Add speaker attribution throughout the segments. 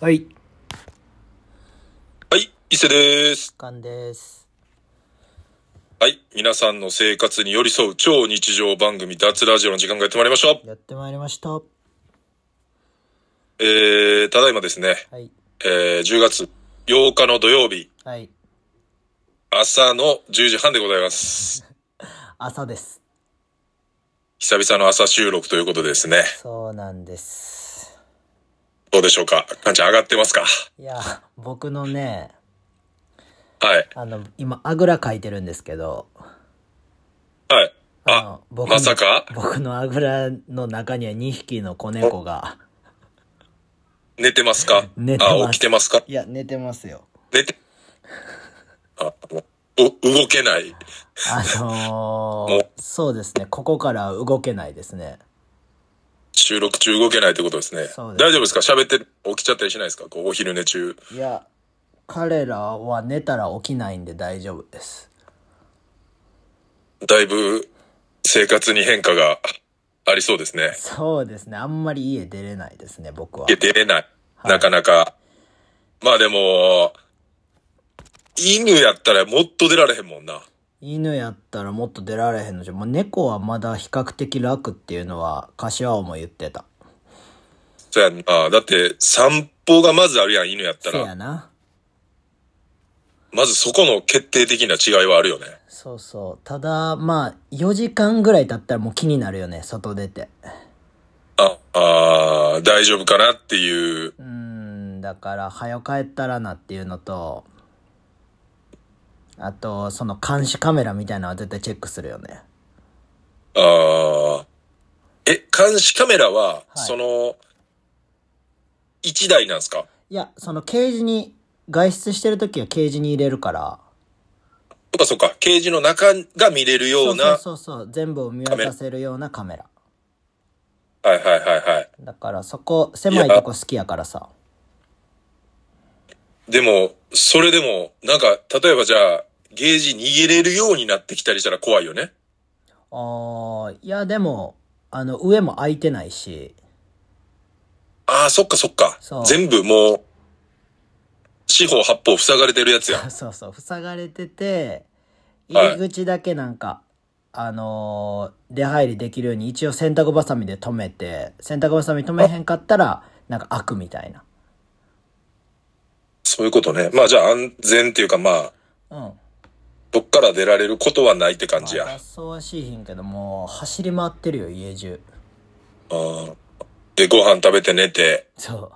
Speaker 1: はい。
Speaker 2: はい、伊勢です。
Speaker 3: かんです。
Speaker 2: はい、皆さんの生活に寄り添う超日常番組、脱ラジオの時間がやってまいりました。
Speaker 3: やってまいりました。は
Speaker 2: えー、ただいまですね、
Speaker 3: い。
Speaker 2: えー、10月8日の土曜日、
Speaker 3: はい。
Speaker 2: 朝の10時半でございます。
Speaker 3: 朝です。
Speaker 2: 久々の朝収録ということでですね、
Speaker 3: そうなんです。
Speaker 2: どうでしょうかかんちゃん上がってますか
Speaker 3: いや、僕のね、
Speaker 2: はい、
Speaker 3: あの、今、あぐらかいてるんですけど、
Speaker 2: はい。
Speaker 3: あ
Speaker 2: あ
Speaker 3: の、僕の
Speaker 2: まさか
Speaker 3: 僕のあぐらの中には2匹の子猫が。
Speaker 2: 寝てますか
Speaker 3: 寝てます
Speaker 2: あ、起きてますか
Speaker 3: いや、寝てますよ。
Speaker 2: 寝て、あ、もうう動けない。
Speaker 3: あのー、そうですね、ここからは動けないですね。
Speaker 2: 収録中動けないということですね。
Speaker 3: そうです
Speaker 2: 大丈夫ですか喋って起きちゃったりしないですかこうお昼寝中。
Speaker 3: いや、彼らは寝たら起きないんで大丈夫です。
Speaker 2: だいぶ生活に変化がありそうですね。
Speaker 3: そうですね、あんまり家出れないですね、僕は。
Speaker 2: いや出れない。
Speaker 3: い
Speaker 2: なかなか。まあでも、犬やったらもっと出られへんもんな。
Speaker 3: 犬やったらもっと出られへんのじゃもう猫はまだ比較的楽っていうのは柏尾も言ってた
Speaker 2: そうやんな。だって散歩がまずあるやん、犬やった
Speaker 3: せや
Speaker 2: ら。
Speaker 3: な
Speaker 2: まずそこの決定的な違いはあるよね。
Speaker 3: そうそうただまあ4時間ぐらい経ったらもう気になるよね外出て
Speaker 2: あ、あー大丈夫かなっていう。
Speaker 3: うーんだから早帰ったらなっていうのとあとその監視カメラみたいなのは絶対チェックするよね
Speaker 2: ああ。え、監視カメラは、
Speaker 3: い
Speaker 2: その、一台なんですか
Speaker 3: いやそのケージに外出してる時はケージに入れるから
Speaker 2: そっかそっか、ケージの中が見れるよ
Speaker 3: そううそ
Speaker 2: な。
Speaker 3: うそうそう全部を見渡せるようなカメラ
Speaker 2: はいはいはいはい。
Speaker 3: だからそこ狭いとこ好きやからさ
Speaker 2: でも、それでも、なんか、例えばじゃあ、ゲージ逃げれるようになってきたりしたら怖いよね。
Speaker 3: ああ、いや、でも、あの、上も空いてないし、
Speaker 2: ああ、そっかそっか
Speaker 3: そ。う
Speaker 2: 全部もう、四方八方塞がれてるやつや。
Speaker 3: そうそう、塞がれてて、
Speaker 2: はい
Speaker 3: 入り口だけなんか、あのー出入りできるように一応洗濯バサミで止めて、洗濯バサミ止めへんかったら、なんか開くみたいな。
Speaker 2: そういうことね。まあじゃあ安全っていうかまあ、
Speaker 3: うん。
Speaker 2: どっから出られることはないって感じや。
Speaker 3: まあそうはしいひんけど、もう、走り回ってるよ、家中。
Speaker 2: うんで、ご飯食べて寝て、
Speaker 3: そ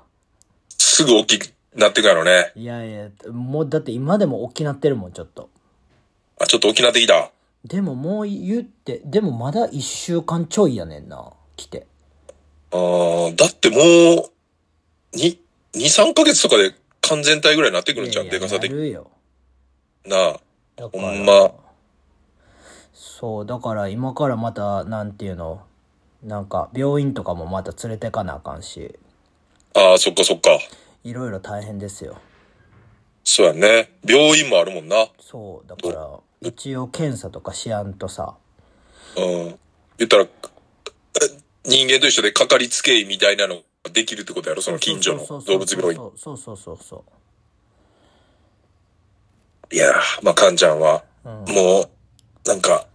Speaker 2: すぐ起き、なってくやろね。
Speaker 3: う。いやいや、もう、だって今でも大きなってるもん、ちょっと。
Speaker 2: あ、ちょっと起きなってきた。
Speaker 3: でももう言って、でもまだ一週間ちょいやねんな、来て。
Speaker 2: あーだってもう、に、2、3ヶ月とかで完全体ぐらいになってくるんじゃん、
Speaker 3: いや
Speaker 2: で
Speaker 3: いや
Speaker 2: かさ的
Speaker 3: なるよ。
Speaker 2: なあ。
Speaker 3: だか
Speaker 2: ほ
Speaker 3: ら
Speaker 2: んま。
Speaker 3: そうだから今からまたなんていうのなんか病院とかもまた連れてかなあかんし
Speaker 2: ああ、そっかそっか。
Speaker 3: いろいろ大変ですよ
Speaker 2: そうやね。病院もあるもんな。うん。
Speaker 3: そうだから一応検査とかしやんとさ
Speaker 2: 言ったら、え人間と一緒でかかりつけ医みたいなのができるってことやろその近所
Speaker 3: そう
Speaker 2: の
Speaker 3: そ
Speaker 2: 動
Speaker 3: う
Speaker 2: 物
Speaker 3: そう
Speaker 2: 病院。
Speaker 3: そうそうそうそうそ
Speaker 2: いやー、まあ、かんちゃんは、もう、なんか、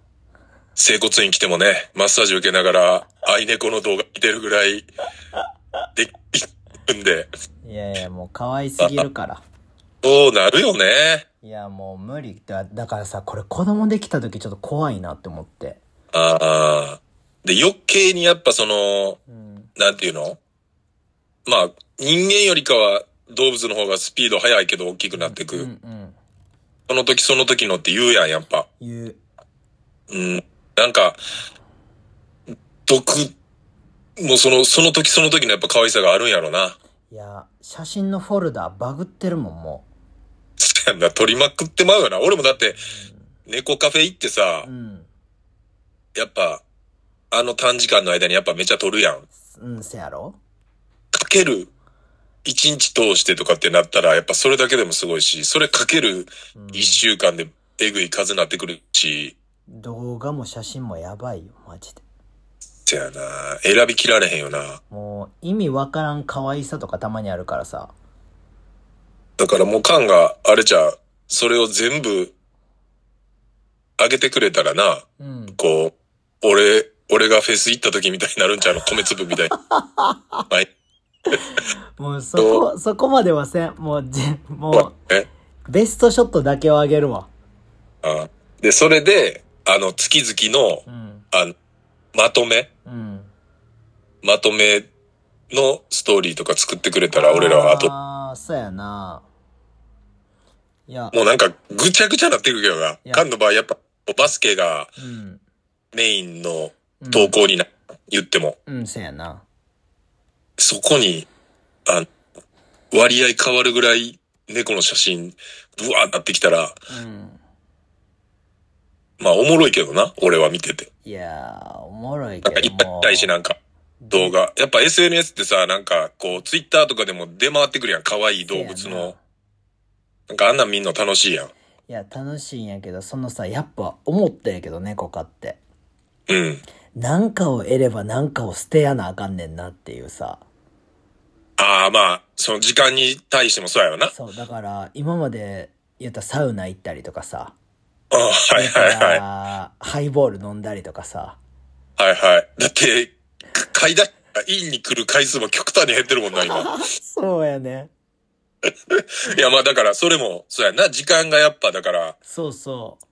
Speaker 2: 整骨院来てもね、マッサージ受けながら、愛猫の動画見てるぐらい、できるんで、
Speaker 3: ういやいやもう可愛すぎるから
Speaker 2: そうなるよね。
Speaker 3: いやもう無理だだからさこれ子供できた時ちょっと怖いなって思って
Speaker 2: ああ。で、余計にやっぱその、
Speaker 3: うん
Speaker 2: なんていうのまあ、人間よりかは動物の方がスピード速いけど大きくなってく。
Speaker 3: うんうん
Speaker 2: その時その時のって言うやん、やっぱ。
Speaker 3: 言う
Speaker 2: うん。なんか、毒、もうその、その時その時のやっぱ可愛さがあるんやろな。
Speaker 3: いや写真のフォルダバグってるもんも
Speaker 2: そうやんな、取りまくってまうよな。俺もだって、猫カフェ行ってさ
Speaker 3: うう、ん
Speaker 2: やっぱ、あの短時間の間にやっぱめちゃ取るやん。
Speaker 3: うんせやろ
Speaker 2: かける一日通してとかってなったら、やっぱそれだけでもすごいし、それかける一週間でえぐい数になってくるし、
Speaker 3: 動画も写真もやばいよマジで
Speaker 2: せやな選びきられへんよな。
Speaker 3: もう意味わからん可愛さとかたまにあるからさ
Speaker 2: だからもうカンがあれじゃうそれを全部、あげてくれたらな、
Speaker 3: うん。
Speaker 2: こう、俺、俺がフェス行った時みたいになるんちゃうの米粒みたいに。はい。
Speaker 3: もうそこ、そこまではせん。もう、じ、も
Speaker 2: え
Speaker 3: う、ベストショットだけをあげるわ。
Speaker 2: あで、それで、あの、月々の
Speaker 3: う、ん。
Speaker 2: あの、まとめ
Speaker 3: うん。
Speaker 2: まとめのストーリーとか作ってくれたら、俺らは後、
Speaker 3: ああ、そうやな。いや、。
Speaker 2: もうなんか、ぐちゃぐちゃなってくるけどない
Speaker 3: や
Speaker 2: カンの場合、やっぱ、バスケが
Speaker 3: うん。
Speaker 2: メインの
Speaker 3: うん
Speaker 2: 投稿にな、言っても、
Speaker 3: うん、そうやな。
Speaker 2: そこに、あの、割合変わるぐらい、猫の写真、ブワーなってきたら、
Speaker 3: うん。
Speaker 2: まあ、おもろいけどな、俺は見てて。
Speaker 3: いやー、おもろい
Speaker 2: なんか、
Speaker 3: け
Speaker 2: 一
Speaker 3: ど
Speaker 2: 般
Speaker 3: も。
Speaker 2: 大事なんか、動画。やっぱ SNS ってさ、なんか、こう、ツイッターとかでも出回ってくるやん、可愛い動物
Speaker 3: そうやな
Speaker 2: の。なんか、あんなん見んの楽しいやん。
Speaker 3: いや、楽しいんやけど、そのさ、やっぱ思ったんやけど、猫飼って。
Speaker 2: うん。
Speaker 3: なんかを得ればなんかを捨てやなあかんねんなっていうさ。
Speaker 2: ああ、まあ、その時間に対してもそうやよな。
Speaker 3: そう、だから、今まで言ったらサウナ行ったりとかさ。
Speaker 2: ああ、はいはい
Speaker 3: だか
Speaker 2: はい。
Speaker 3: らハイボール飲んだりとかさ。
Speaker 2: はいはい。だって、か買いだ、院に来る回数も極端に減ってるもんな、今。
Speaker 3: そうやね。
Speaker 2: いや、まあだから、それも、そうやな、時間がやっぱ、だから、
Speaker 3: そうそう。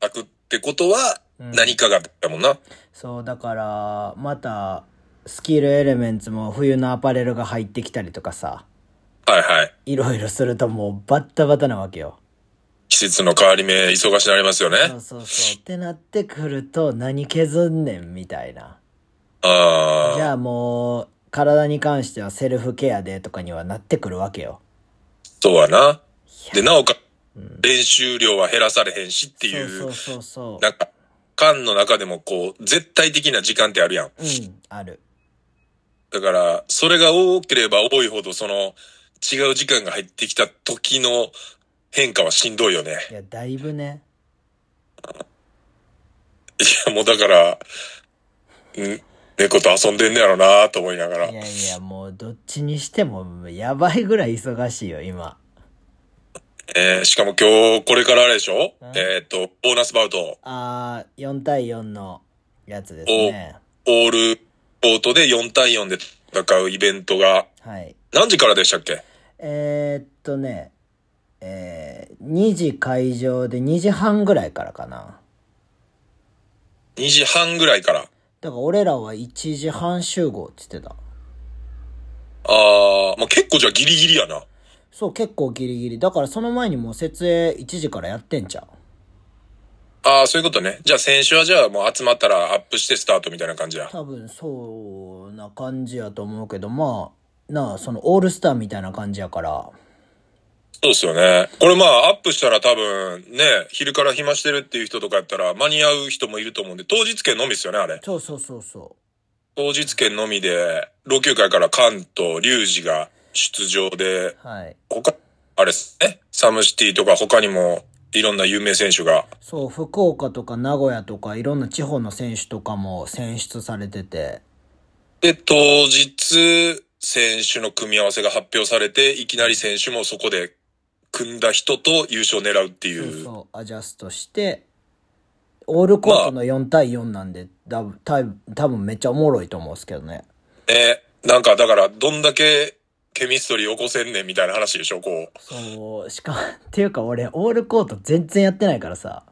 Speaker 2: 空くってことは、
Speaker 3: うん
Speaker 2: 何かがだもんな。
Speaker 3: そう、だから、また、スキルエレメンツも冬のアパレルが入ってきたりとかさ。
Speaker 2: はいはい。
Speaker 3: いろいろするともうバッタバタなわけよ。
Speaker 2: 季節の変わり目、忙しになりますよね。
Speaker 3: そうそうそう。ってなってくると何削んねんみたいな。
Speaker 2: あ
Speaker 3: じ
Speaker 2: あ。
Speaker 3: ゃあもう、体に関してはセルフケアでとかにはなってくるわけよ。
Speaker 2: そうやな。で、なおか、練習量は減らされへんしっていう、
Speaker 3: そうそうそうそ
Speaker 2: なんか、間の中でもこう、絶対的な時間ってあるやん。
Speaker 3: う。うん、ある。
Speaker 2: だから、それが多ければ多いほど、その、違う時間が入ってきた時の変化はしんどいよね。
Speaker 3: いや、だいぶね。
Speaker 2: いや、もうだから、ん猫と遊んでんねやろなと思いながら。
Speaker 3: いやいや、もうどっちにしてもやばいぐらい忙しいよ、今。
Speaker 2: えー、しかも今日、これからあれでしょ
Speaker 3: うん
Speaker 2: えーっと、ボーナスバウト、
Speaker 3: あー、4対4のやつですね。
Speaker 2: オールコートで4対4で戦うイベントが、
Speaker 3: はい。
Speaker 2: 何時からでしたっけ
Speaker 3: えー、っとね、えー、2時会場で2時半ぐらいからかな。
Speaker 2: ?2 時半ぐらいから。
Speaker 3: だから俺らは1時半集合って言ってた。
Speaker 2: あー、まあ、結構じゃあギリギリやな。
Speaker 3: そう、結構ギリギリ。だからその前にもう設営1時からやってんじゃん。
Speaker 2: あー、そういうことね。じゃあ先週はじゃあもう集まったらアップしてスタートみたいな感じや。
Speaker 3: 多分そうな感じやと思うけど、まあ、なあ、そのオールスターみたいな感じやから。
Speaker 2: そうっすよね。これまあ、アップしたら多分ね、昼から暇してるっていう人とかやったら間に合う人もいると思うんで、当日券のみですよね、あれ。
Speaker 3: そうそうそうそ
Speaker 2: 当日券のみで、老朽会から関東、龍二が出場で、
Speaker 3: う。はい。
Speaker 2: 他、あれっすね、サムシティとか他にもいろんな有名選手が、
Speaker 3: そう、福岡とか名古屋とかいろんな地方の選手とかも選出されてて。
Speaker 2: で、当日、選手の組み合わせが発表されて、いきなり選手もそこで組んだ人と優勝を狙うってい。
Speaker 3: そううそう、アジャストして、オールコートの4対4なんで、だぶた多分めっちゃおもろいと思うんですけどね。
Speaker 2: ね、なんかだから、どんだけケミストリー起こせんねんみたいな話でしょ、こう。
Speaker 3: そう、しかも、っていうか俺、オールコート全然やってないからさ。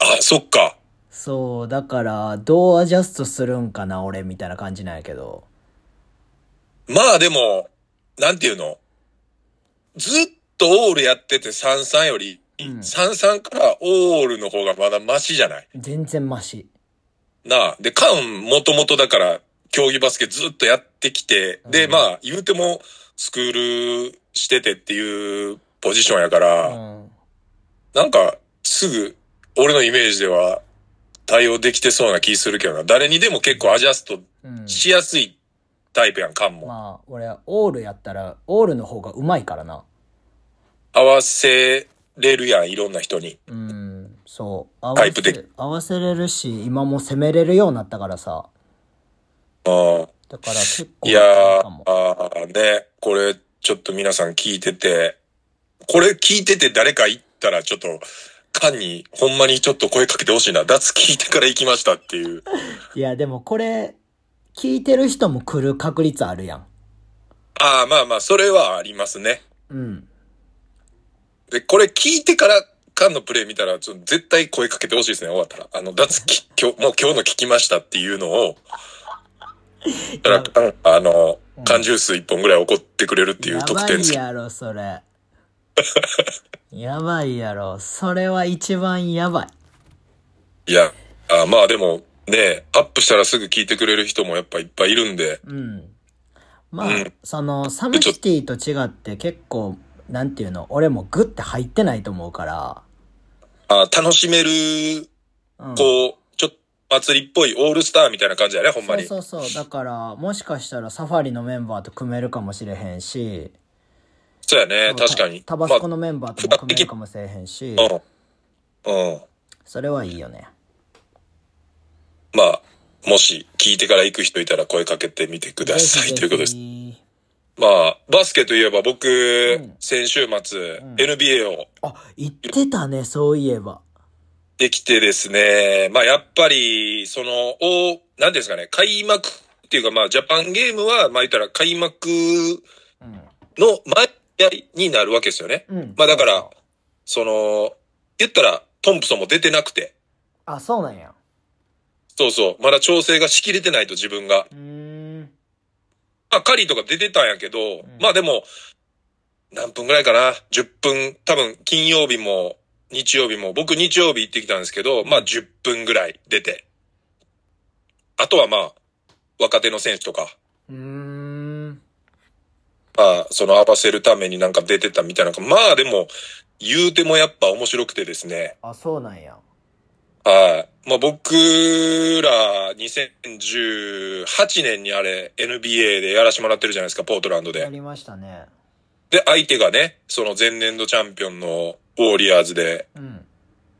Speaker 2: あ、そっか。
Speaker 3: そう、だから、どうアジャストするんかな、俺、みたいな感じなんやけど。
Speaker 2: まあでも、なんていうのずっとオールやってて33より、
Speaker 3: うん
Speaker 2: 33からオールの方がまだマシじゃない
Speaker 3: 全然マシ。
Speaker 2: なあ。で、カンもともとだから、競技バスケずっとやってきて、で、
Speaker 3: うん
Speaker 2: まあ、言うても、スクールしててっていうポジションやか
Speaker 3: う
Speaker 2: ら、
Speaker 3: ん。
Speaker 2: なんか、すぐ、俺のイメージでは、対応できてそうな気するけどな。誰にでも結構アジャスト
Speaker 3: うん。
Speaker 2: しやすいタイプやん、カンも。
Speaker 3: まあ、俺、オールやったら、オールの方がうまいからな。
Speaker 2: 合わせれるやん、いろんな人に。
Speaker 3: うん、そう。合
Speaker 2: タイプ的
Speaker 3: 合わせれるし、今も攻めれるようになったからさ。
Speaker 2: ああ。
Speaker 3: だから結構
Speaker 2: いや
Speaker 3: 楽か
Speaker 2: ー
Speaker 3: も、
Speaker 2: あーね、これ、ちょっと皆さん聞いてて、これ聞いてて誰か行ったらちょっと、カンにほんまにちょっと声かけてほしいな。脱聞いてから行きましたっていう。
Speaker 3: いや、でもこれ、聞いてる人も来る確率あるやん。
Speaker 2: ああ、まあまあ、それはありますね。
Speaker 3: うん。
Speaker 2: で、これ聞いてから、カンのプレイ見たら、ちょっと絶対声かけてほしいですね、終わったら。あの、脱き、今日、もう今日の聞きましたっていう のを、たら、カンあの、缶ジュース一本ぐらい怒ってくれるっていう
Speaker 3: や
Speaker 2: 特
Speaker 3: ば
Speaker 2: 典
Speaker 3: い
Speaker 2: 付き。
Speaker 3: やろ、それ。やばいやろ。それは一番やばい。
Speaker 2: いや、あまあでも、ね、アップしたらすぐ聞いてくれる人もやっぱいっぱいいるんで、
Speaker 3: うん。まあ、
Speaker 2: うん
Speaker 3: その、サムシティと違って結構、なんていうの、俺もグッて入ってないと思うから。
Speaker 2: あ楽しめる、
Speaker 3: うん、
Speaker 2: こう、ちょっと祭りっぽいオールスターみたいな感じだね、ほんま
Speaker 3: そう
Speaker 2: に。
Speaker 3: そうそう。だから、もしかしたらサファリのメンバーと組めるかもしれへんし、
Speaker 2: そうやね、確かに。
Speaker 3: タバスコの
Speaker 2: ま
Speaker 3: メンバーとも組めるかもしれへんし、
Speaker 2: あうん。うん。
Speaker 3: それはいいよね。
Speaker 2: まあ、もし聞いてから行く人いたら声かけてみてくださいということです。
Speaker 3: す。
Speaker 2: まあ、バスケといえば僕、先週末、NBA を
Speaker 3: あ、言ってたね、そういえば。
Speaker 2: できてですね、まあやっぱり、その、お、なんていうんですかね、開幕っていうかまあ、ジャパンゲームは、まあ言ったら開幕の前試合になるわけですよね。
Speaker 3: うん
Speaker 2: まあだから、その、言ったら、トンプソンも出てなくて、
Speaker 3: あ、そうなんや。
Speaker 2: そうそう、まだ調整がしきれてないと自分が。
Speaker 3: うーん。
Speaker 2: まあ、カリーとか出てたんやけど、まあでも、何分ぐらいかな ?10 分、多分金曜日も日曜日も、僕日曜日行ってきたんですけど、まあ10分ぐらい出て。あとはまあ、若手の選手とか、
Speaker 3: うーん。
Speaker 2: まあ、その合わせるためになんか出てたみたいな。まあでも、言うてもやっぱ面白くてですね。
Speaker 3: あ、そうなんや。
Speaker 2: はい。まあ僕ら2018年にあれ NBA でやらしてもらってるじゃないですか、ポートランドで。
Speaker 3: やりましたね。
Speaker 2: で、相手がね、その前年度チャンピオンのウォーリアーズで、
Speaker 3: うん。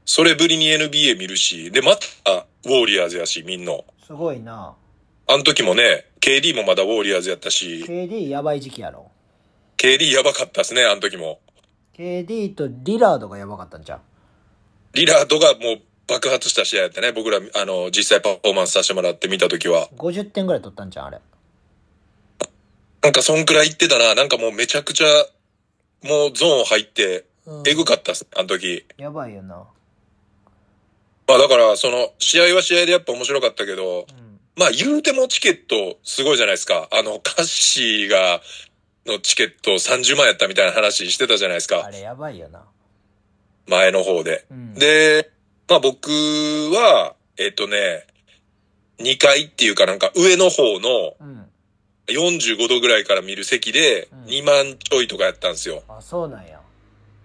Speaker 2: それぶりに NBA 見るし、で、またウォーリアーズやし、みんな。
Speaker 3: すごいな。
Speaker 2: あの時もね、KD もまだウォーリアーズやったし、
Speaker 3: KD やばい時期やろ。
Speaker 2: KD やばかったですね、あの時も。
Speaker 3: KD とリラードがやばかったんじゃん。
Speaker 2: リラードがもう爆発した試合やってね、僕ら、あの、実際パフォーマンスさせてもらって見た時は、
Speaker 3: 50点ぐらい取ったんじゃん、あれ。
Speaker 2: なんかそんくらい行ってたな、なんかもうめちゃくちゃ、もうゾーン入って
Speaker 3: うん、
Speaker 2: えぐかったっす、あの時。
Speaker 3: やばいよな。
Speaker 2: まあだから、その、試合は試合でやっぱ面白かったけど、
Speaker 3: うん。
Speaker 2: まあ言うてもチケットすごいじゃないですか。あの、カッシーが、のチケット30万やったみたいな話してたじゃないです
Speaker 3: あ
Speaker 2: か。
Speaker 3: れやばいよな。
Speaker 2: 前の方で。
Speaker 3: うん。
Speaker 2: で、まあ僕は、えっとね、2階っていうかなんか上の方の
Speaker 3: うん。
Speaker 2: 45度ぐらいから見る席で
Speaker 3: うん
Speaker 2: 2万ちょいとかやったんですよ。
Speaker 3: あ、そうなんや。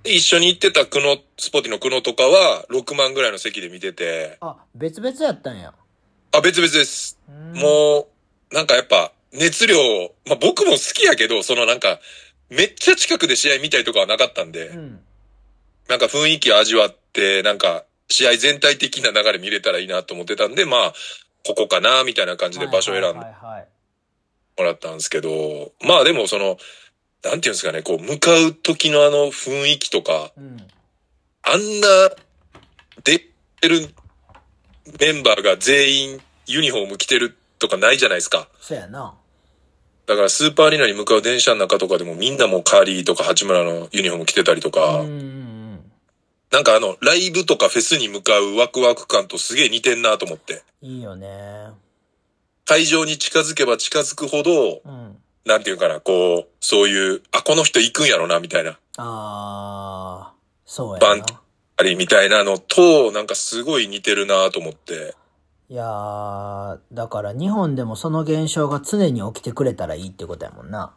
Speaker 2: で一緒に行ってたクノ、スポティのクノとかは6万ぐらいの席で見てて、
Speaker 3: あ、別々やったんや。
Speaker 2: あ、別々です。
Speaker 3: も
Speaker 2: もう、なんかやっぱ、熱量、まあ、僕も好きやけど、そのなんか、めっちゃ近くで試合見たりとかはなかったんで、
Speaker 3: うん。
Speaker 2: なんか雰囲気を味わって、なんか、試合全体的な流れ見れたらいいなと思ってたんで、まあ、ここかな、みたいな感じで場所選んで
Speaker 3: はいは
Speaker 2: も
Speaker 3: いはいはい。
Speaker 2: らったんですけど、まあでもその、なんていうんですかね、こう、向かう時のあの雰囲気とか、
Speaker 3: うん。
Speaker 2: あんな、出てるメンバーが全員ユニフォーム着てるとかないじゃないですか。
Speaker 3: そうやな。
Speaker 2: だからスーパーアリーナに向かう電車の中とかでもみんなもうカーリーとか八村のユニフォーム着てたりとか、
Speaker 3: うんうんうん。
Speaker 2: なんかあの、ライブとかフェスに向かうワクワク感とすげえ似てんなと思って。
Speaker 3: いいよね。
Speaker 2: 会場に近づけば近づくほど、
Speaker 3: うん。
Speaker 2: なんていうかな、こう、そういう、あ、この人行くんやろな、みたいな、
Speaker 3: あー、そう
Speaker 2: バ
Speaker 3: や
Speaker 2: ン
Speaker 3: な。
Speaker 2: ありみたいなのと、なんかすごい似てるなと思って。
Speaker 3: いやー、だから日本でもその現象が常に起きてくれたらいいってことやもんな。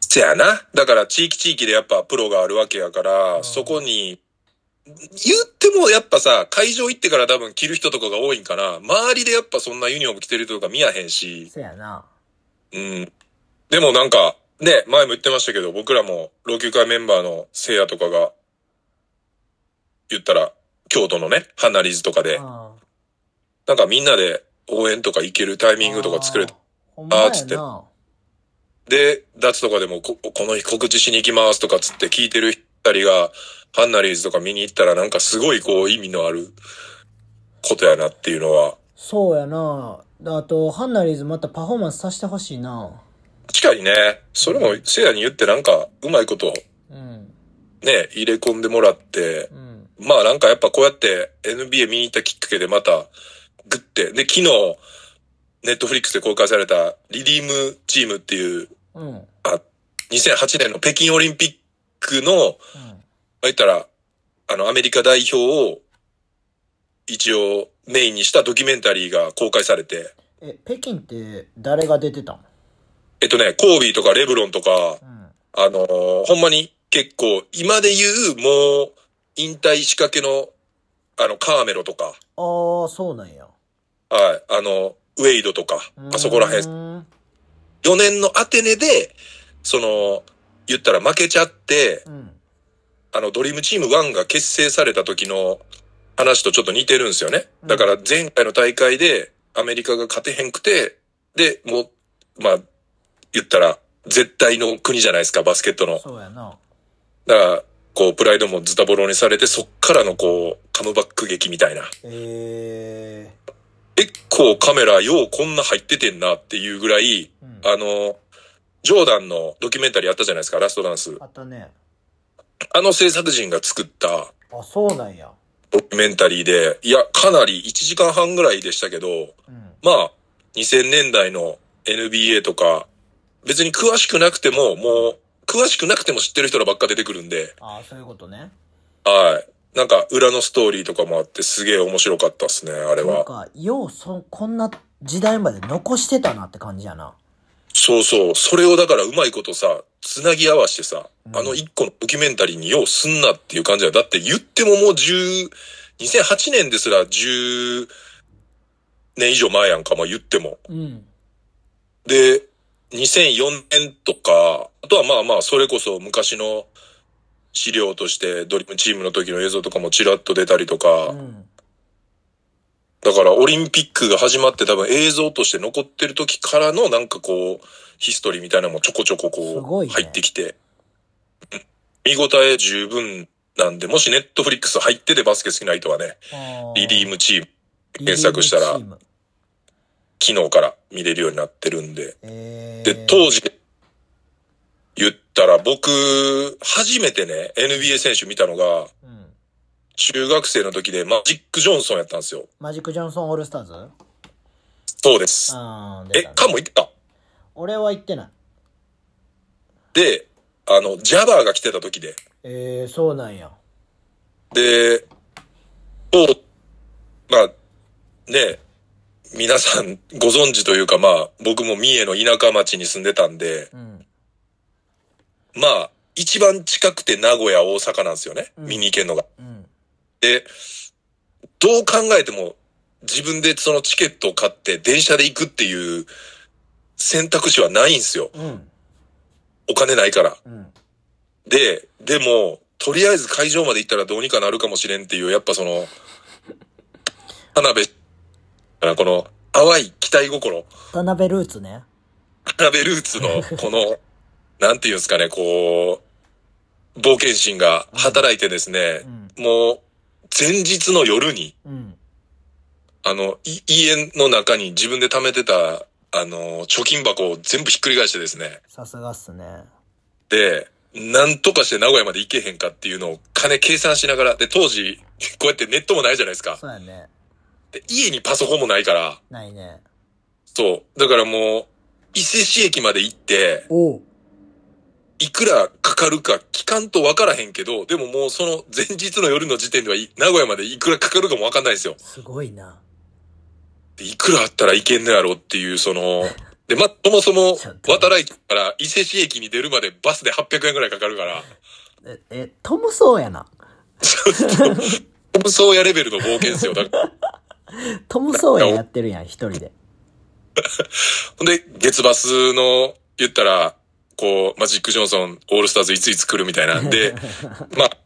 Speaker 2: せやな。だから地域地域でやっぱプロがあるわけやから、そこに、言ってもやっぱさ、会場行ってから多分着る人とかが多いんかな。周りでやっぱそんなユニフォーム着てる人とか見やへんし。
Speaker 3: そうやな。
Speaker 2: うん。でもなんか、ね、前も言ってましたけど、僕らも老朽化メンバーの聖夜とかが、言ったら、京都のね、ハナリーズとかで、
Speaker 3: うん。
Speaker 2: なんかみんなで応援とか行けるタイミングとか作れた
Speaker 3: あー。ほんまや
Speaker 2: あーつって
Speaker 3: な。
Speaker 2: で、脱とかでもこ、この日告知しに行きますとかつって聞いてる二人が、ハンナリーズとか見に行ったらなんかすごいこう意味のあることやなっていうのは、
Speaker 3: そうやな。あと、ハンナリーズまたパフォーマンスさせてほしいな。
Speaker 2: 確かにね、それもせいやに言ってなんかうまいこと
Speaker 3: うん。
Speaker 2: ね、入れ込んでもらって
Speaker 3: う、ん。
Speaker 2: まあなんかやっぱこうやって NBA 見に行ったきっかけでまたグッて、で昨日、ネットフリックスで公開されたリディームチームっていう、
Speaker 3: うん。うん。
Speaker 2: あ、2008年の北京オリンピックの、まあ言ったら、あの、アメリカ代表を、一応、メインにしたドキュメンタリーが公開されて、
Speaker 3: え、北京って誰が出てたん
Speaker 2: えっとね、コービーとかレブロンとか、
Speaker 3: うん。
Speaker 2: あのーほんまに結構、今で言う、もう、引退仕掛けの、あの、カーメロとか、
Speaker 3: ああ、そうなんや。
Speaker 2: はい、あの、ウェイドとか、あそこら辺、
Speaker 3: ん。
Speaker 2: 4年のアテネで、その、言ったら負けちゃって
Speaker 3: う、ん。
Speaker 2: あの、ドリームチーム1が結成された時の話とちょっと似てるんですよね。だから前回の大会でアメリカが勝てへんくて、で、もう、まあ、言ったら絶対の国じゃないですか、バスケットの。
Speaker 3: そうやな。
Speaker 2: だから、こう、プライドもズタボロにされて、そっからのこう、カムバック劇みたいな。
Speaker 3: え
Speaker 2: 結構カメラようこんな入っててんなっていうぐらい、
Speaker 3: えー。うん。
Speaker 2: あの、ジョーダンのドキュメンタリーあったじゃないですか、ラストダンス。
Speaker 3: あったね。
Speaker 2: あの制作人が作った、
Speaker 3: あ、そうなんや。
Speaker 2: ドキュメンタリーで、いや、かなり1時間半ぐらいでしたけど、
Speaker 3: うん。
Speaker 2: まあ、2000年代の NBA とか、別に詳しくなくても、もう、詳しくなくても知ってる人らばっか出てくるんで、
Speaker 3: ああ、そういうことね。
Speaker 2: はい。なんか、裏のストーリーとかもあって、すげえ面白かったっすね、あれ
Speaker 3: なん
Speaker 2: は。
Speaker 3: か、よう、そ、こんな時代まで残してたなって感じやな。
Speaker 2: そうそう。それをだから、うまいことさ、つなぎ合わしてさ、
Speaker 3: うん
Speaker 2: あの一個のドキュメンタリーにようすんなっていう感じだ。だって言ってももう10、2008年ですら10年以上前やんか、まあ言っても。
Speaker 3: うん。
Speaker 2: で、2004年とか、あとはまあまあ、それこそ昔の資料としてドリームチームの時の映像とかもちらっと出たりとか、
Speaker 3: うん。
Speaker 2: だからオリンピックが始まって多分映像として残ってる時からのなんかこう、ヒストリーみたいなのもちょこちょこ
Speaker 3: すご
Speaker 2: こ、
Speaker 3: いうね
Speaker 2: 入ってきて、うん見応え十分なんで、もしネットフリックス入っててバスケ好きな人はね、リリームチー
Speaker 3: リリー
Speaker 2: ム
Speaker 3: ム
Speaker 2: 検索したら
Speaker 3: チーム
Speaker 2: 昨日から見れるようになってるんで、
Speaker 3: えー、
Speaker 2: で、当時、言ったら僕、初めてね、NBA 選手見たのが、
Speaker 3: うん、
Speaker 2: 中学生の時でマジック・ジョンソンやったんですよ。
Speaker 3: マジック・ジョンソン・オールスターズうん
Speaker 2: そうです。
Speaker 3: 出
Speaker 2: え
Speaker 3: たね、
Speaker 2: カも行ってた
Speaker 3: 俺は行ってない。
Speaker 2: で、あの、ジャバーが来てた時で。
Speaker 3: えー、そうなんや。
Speaker 2: で、と、まあ、ね、皆さんご存知というか、まあ、僕も三重の田舎町に住んでたんで、
Speaker 3: うん。
Speaker 2: まあ、一番近くて名古屋、大阪なんですよね。
Speaker 3: うん
Speaker 2: 見に行けるのが。
Speaker 3: うん。
Speaker 2: で、どう考えても自分でそのチケットを買って電車で行くっていう選択肢はないんですよ。
Speaker 3: うん。
Speaker 2: お金ないから。
Speaker 3: うん。
Speaker 2: で、でも、とりあえず会場まで行ったらどうにかなるかもしれんっていう、やっぱその、田辺、あのこの淡い期待心、
Speaker 3: 田辺ルーツね。
Speaker 2: 田辺ルーツのこの、なんていうんですかね、こう、冒険心が働いてですね
Speaker 3: う、ん。
Speaker 2: もう、前日の夜に、
Speaker 3: うん。
Speaker 2: あの、い家の中に自分で貯めてた、あの、貯金箱を全部ひっくり返してですね。
Speaker 3: さすがっすね。
Speaker 2: で、なんとかして名古屋まで行けへんかっていうのを金計算しながら、で、当時、こうやってネットもないじゃないですか。
Speaker 3: そうやね。
Speaker 2: で、家にパソコンもないから、
Speaker 3: ないね。
Speaker 2: そう。だからもう、伊勢市駅まで行って、
Speaker 3: おう。
Speaker 2: いくらかかるか聞かんとわからへんけど、でももうその前日の夜の時点では、い名古屋までいくらかかるかもわかんないんですよ。
Speaker 3: すごいな。
Speaker 2: でいくらあったらいけんのやろっていう、そ の、で、ま、そもそも
Speaker 3: ちょっ、と
Speaker 2: 渡来から伊勢市駅に出るまでバスで800円くらいかかるから、
Speaker 3: え、え、トム・ソーやな。
Speaker 2: ホブソーヤレベルの冒険ですよ。だから
Speaker 3: トム・ソーややってるやん、一人で。
Speaker 2: ほんで、月バスの、言ったら、こう、マジック・ジョンソン、オールスターズいついつ来るみたいなん で、まあ、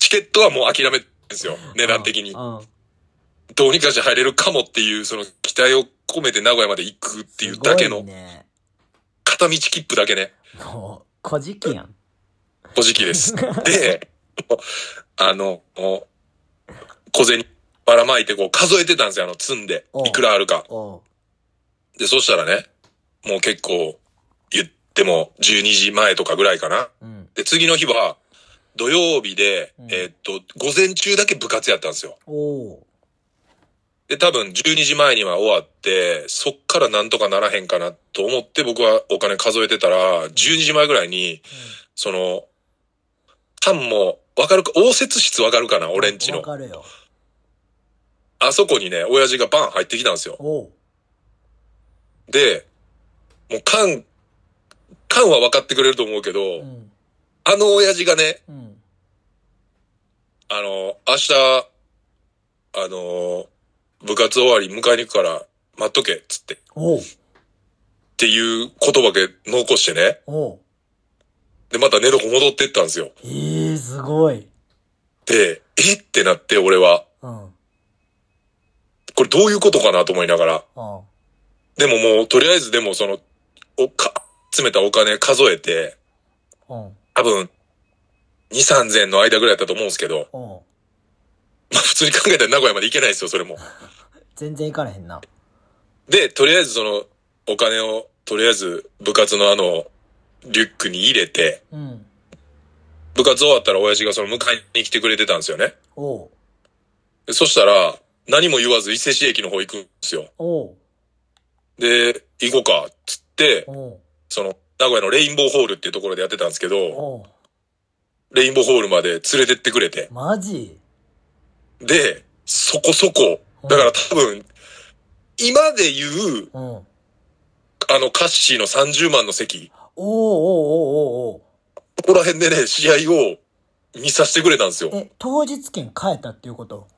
Speaker 2: チケットはもう諦めてるんですよ。値段的に
Speaker 3: う。ん。っ
Speaker 2: どうにかして入れるかもっていう、その期待を込めて名古屋まで行くっていうだけの、
Speaker 3: ね。
Speaker 2: 片道切符だけね。
Speaker 3: もう、小じきやん。
Speaker 2: 小じきです。で、あの、お小銭ばらまいてこう数えてたんですよ、あの、積んで
Speaker 3: お。う
Speaker 2: いくらあるか。
Speaker 3: おう
Speaker 2: で、そしたらね、もう結構、言っても12時前とかぐらいかな。
Speaker 3: うん
Speaker 2: で、次の日は、土曜日で、
Speaker 3: うん
Speaker 2: えーっと、午前中だけ部活やったんですよ。
Speaker 3: おう
Speaker 2: で、多分12時前には終わって、そっからなんとかならへんかなと思って僕はお金数えてたら、12時前ぐらいに、その、タンも、わかるか、応接室わかるかな俺んち
Speaker 3: わ
Speaker 2: の。
Speaker 3: かるよ
Speaker 2: あそこにね、親父がバン入ってきたんですよ。
Speaker 3: おう
Speaker 2: で、もう缶、缶は分かってくれると思うけど、
Speaker 3: うん
Speaker 2: あの親父がね、
Speaker 3: うん
Speaker 2: あの、明日、あの、部活終わり迎えに行くから待っとけ、つって、っ
Speaker 3: おう
Speaker 2: ていう言葉だけ残してね、
Speaker 3: おう
Speaker 2: で、また寝床戻ってったんですよ。
Speaker 3: えー、すごい
Speaker 2: で、えってなって俺は、
Speaker 3: うんうん
Speaker 2: これどういうことかなと思いながら、
Speaker 3: お
Speaker 2: でももう、とりあえずでもその、おか、詰めたお金数えて、
Speaker 3: うん
Speaker 2: 多分、2、3千の間ぐらいだったと思うんですけど、
Speaker 3: おう
Speaker 2: まあ普通に考えたら名古屋まで行けないですよ、それも。
Speaker 3: 全然行かれへんな
Speaker 2: で、とりあえずその、お金を、とりあえず部活のあの、リュックに入れて、
Speaker 3: うん
Speaker 2: 部活終わったら親父がその迎えに来てくれてたんですよね。
Speaker 3: おう
Speaker 2: でそしたら、何も言わず伊勢市駅の方行くんですよ。
Speaker 3: おう
Speaker 2: で、行こうか、つって、
Speaker 3: おう
Speaker 2: その、名古屋のレインボーホールっていうところでやってたんですけど、
Speaker 3: おう
Speaker 2: レインボーホールまで連れてってくれて。
Speaker 3: マジ
Speaker 2: で、そこそこ、だから多分、今で言う、
Speaker 3: うんおう
Speaker 2: あの、カッシーの30万の席、
Speaker 3: おうおうおうおう
Speaker 2: ここら辺でね、試合を見させてくれたんですよ。
Speaker 3: え当日券変えたっていうこと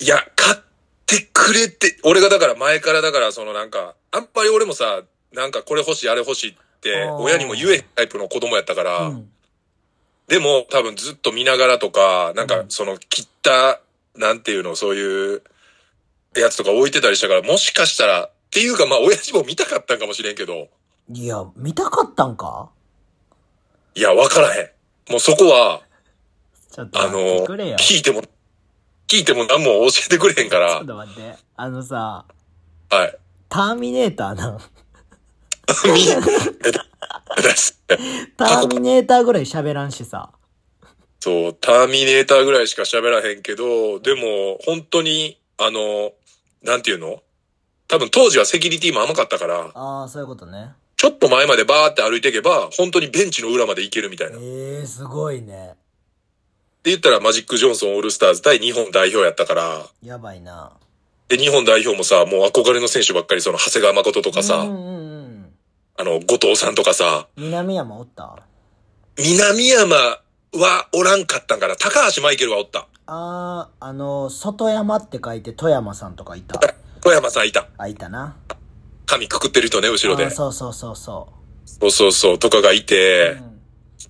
Speaker 2: いや、買ってくれて、俺がだから前からだから、そのなんか、あんまり俺もさ、なんかこれ欲しい、あれ欲しいって、
Speaker 3: あー
Speaker 2: 親にも言えへんタイプの子供やったから、
Speaker 3: うん
Speaker 2: でも多分ずっと見ながらとか、なん
Speaker 3: う
Speaker 2: か
Speaker 3: ん
Speaker 2: その切った、なんていうの、そういうやつとか置いてたりしたから、もしかしたら、っていうかまあ親父も見たかったんかもしれんけど、
Speaker 3: いや見たかったんか
Speaker 2: いや、わからへん。もうそこは、
Speaker 3: ちょっと
Speaker 2: あ
Speaker 3: 待って
Speaker 2: の
Speaker 3: くれよ、
Speaker 2: 聞いても、聞いても何も教えてくれへんか
Speaker 3: ちょ
Speaker 2: ら
Speaker 3: っ、と待って。あのさ、
Speaker 2: はい。
Speaker 3: ターミネーターな。
Speaker 2: 見えたです
Speaker 3: ターミネーターぐらい喋らんしさ。
Speaker 2: そう、ターミネーターぐらいしか喋らへんけど、でも、本当に、あの、なんていうの多分当時はセキュリティも甘かったから、
Speaker 3: ああ、そういうことね。
Speaker 2: ちょっと前までバーって歩いていけば、本当にベンチの裏まで行けるみたいな。って
Speaker 3: ええー、すごいね。
Speaker 2: 言ったらマジック・ジョンソンオールスターズ対日本代表やったから、
Speaker 3: やばいな。
Speaker 2: で、日本代表もさ、もう憧れの選手ばっかり、その長谷川誠とかさ、
Speaker 3: うんうんうん。
Speaker 2: あの、後藤さんとかさ、
Speaker 3: 南山おった
Speaker 2: 南山はおらんかったんから、高橋マイケルはおった。
Speaker 3: ああ、あの、外山って書いて富山さんとかいた。
Speaker 2: 小山さんいた。
Speaker 3: あ、いたな。
Speaker 2: 髪くくってる人ね、後ろ
Speaker 3: あ
Speaker 2: で
Speaker 3: ー。そうそうそうそ。
Speaker 2: そうそうそう、とかがいうて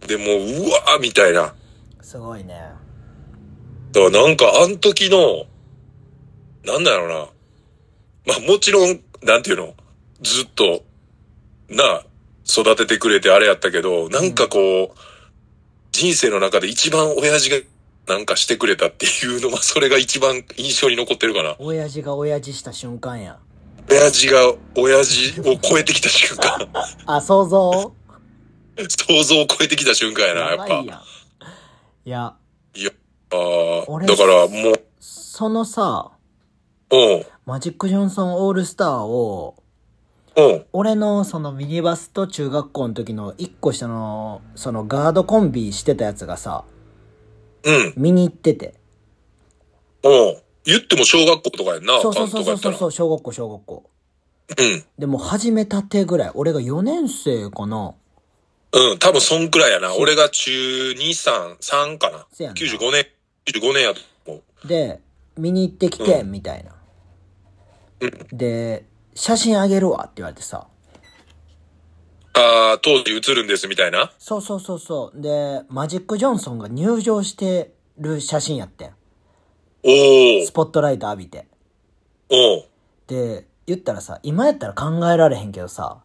Speaker 3: う、ん。
Speaker 2: でもう、うわーみたいな。
Speaker 3: すごいね。
Speaker 2: だからなんか、あん時の、なんだろうな。まあもちろん、なんていうの、ずっと、なあ、育ててくれてあれやったけど、なんかこう、人生の中で一番親父がなんかしてくれたっていうのは、それが一番印象に残ってるかな。
Speaker 3: 親父が親父した瞬間や。
Speaker 2: 親父が親父を超えてきた 瞬間、
Speaker 3: あ、想像
Speaker 2: 想像を超えてきた瞬間やな、やっ
Speaker 3: ば
Speaker 2: ぱ
Speaker 3: い。やん。いや、
Speaker 2: いや、ああ、
Speaker 3: 俺
Speaker 2: だからもう、
Speaker 3: そのさ、
Speaker 2: うん、
Speaker 3: マジック・ジョンソン・オールスターを、
Speaker 2: うん、
Speaker 3: 俺のそのミニバスと中学校の時の一個下の、そのガードコンビしてたやつがさ、
Speaker 2: うん。
Speaker 3: 見に行ってて。
Speaker 2: うん。言っても小学校とかやんな、
Speaker 3: そうそうそうそうそう
Speaker 2: 関東
Speaker 3: そう、小学校、小学校。
Speaker 2: とかやっ
Speaker 3: でも始めたてぐらい、俺が4年生かな。
Speaker 2: たら。うん。うん、多分そんくらいやな。俺が中2、3、3かな。
Speaker 3: せやな
Speaker 2: 95年、95年やと思
Speaker 3: で、見に行ってきて、みたいな。で、写真あげるわって言われてさ。
Speaker 2: う。ああ、当時映るんですみたいな。
Speaker 3: そうそうそうそう。で、マジック・ジョンソンが入場してる写真やってん。
Speaker 2: おー
Speaker 3: ス、ポットライト浴びて。
Speaker 2: おー、
Speaker 3: で、言ったらさ、今やったら考えられへんけどさ、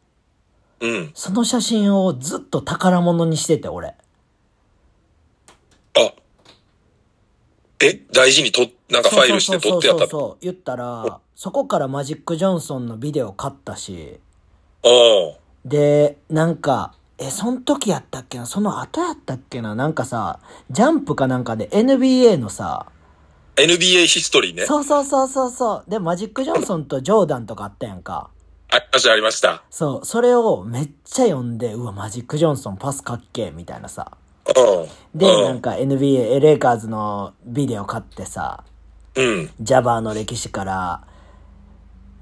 Speaker 2: うん。
Speaker 3: その写真をずっと宝物にしてて、俺。
Speaker 2: え、大事にと、なんかファイルして取ってやっ
Speaker 3: そうそうそ
Speaker 2: た
Speaker 3: うそうそう言ったら、そこからマジック・ジョンソンのビデオ買ったし、
Speaker 2: の。
Speaker 3: で、なんか、え、そん時やったっけなその後やったっけななんかさ、ジャンプかなんかで NBA のさ、
Speaker 2: うん。NBA ヒストリーね。
Speaker 3: そうそうそうそうそう。で、マジック・ジョンソンとジョーダンとかあったやんか。
Speaker 2: ありました、ありました。
Speaker 3: そう、それをめっちゃ読んで、うわ、マジック・ジョンソンパスかっけえみたいなさ。
Speaker 2: うん。
Speaker 3: で、
Speaker 2: う
Speaker 3: なん
Speaker 2: ん。
Speaker 3: か NBA レイカーズのビデオ買ってさ、
Speaker 2: うん。
Speaker 3: ジャバーの歴史から、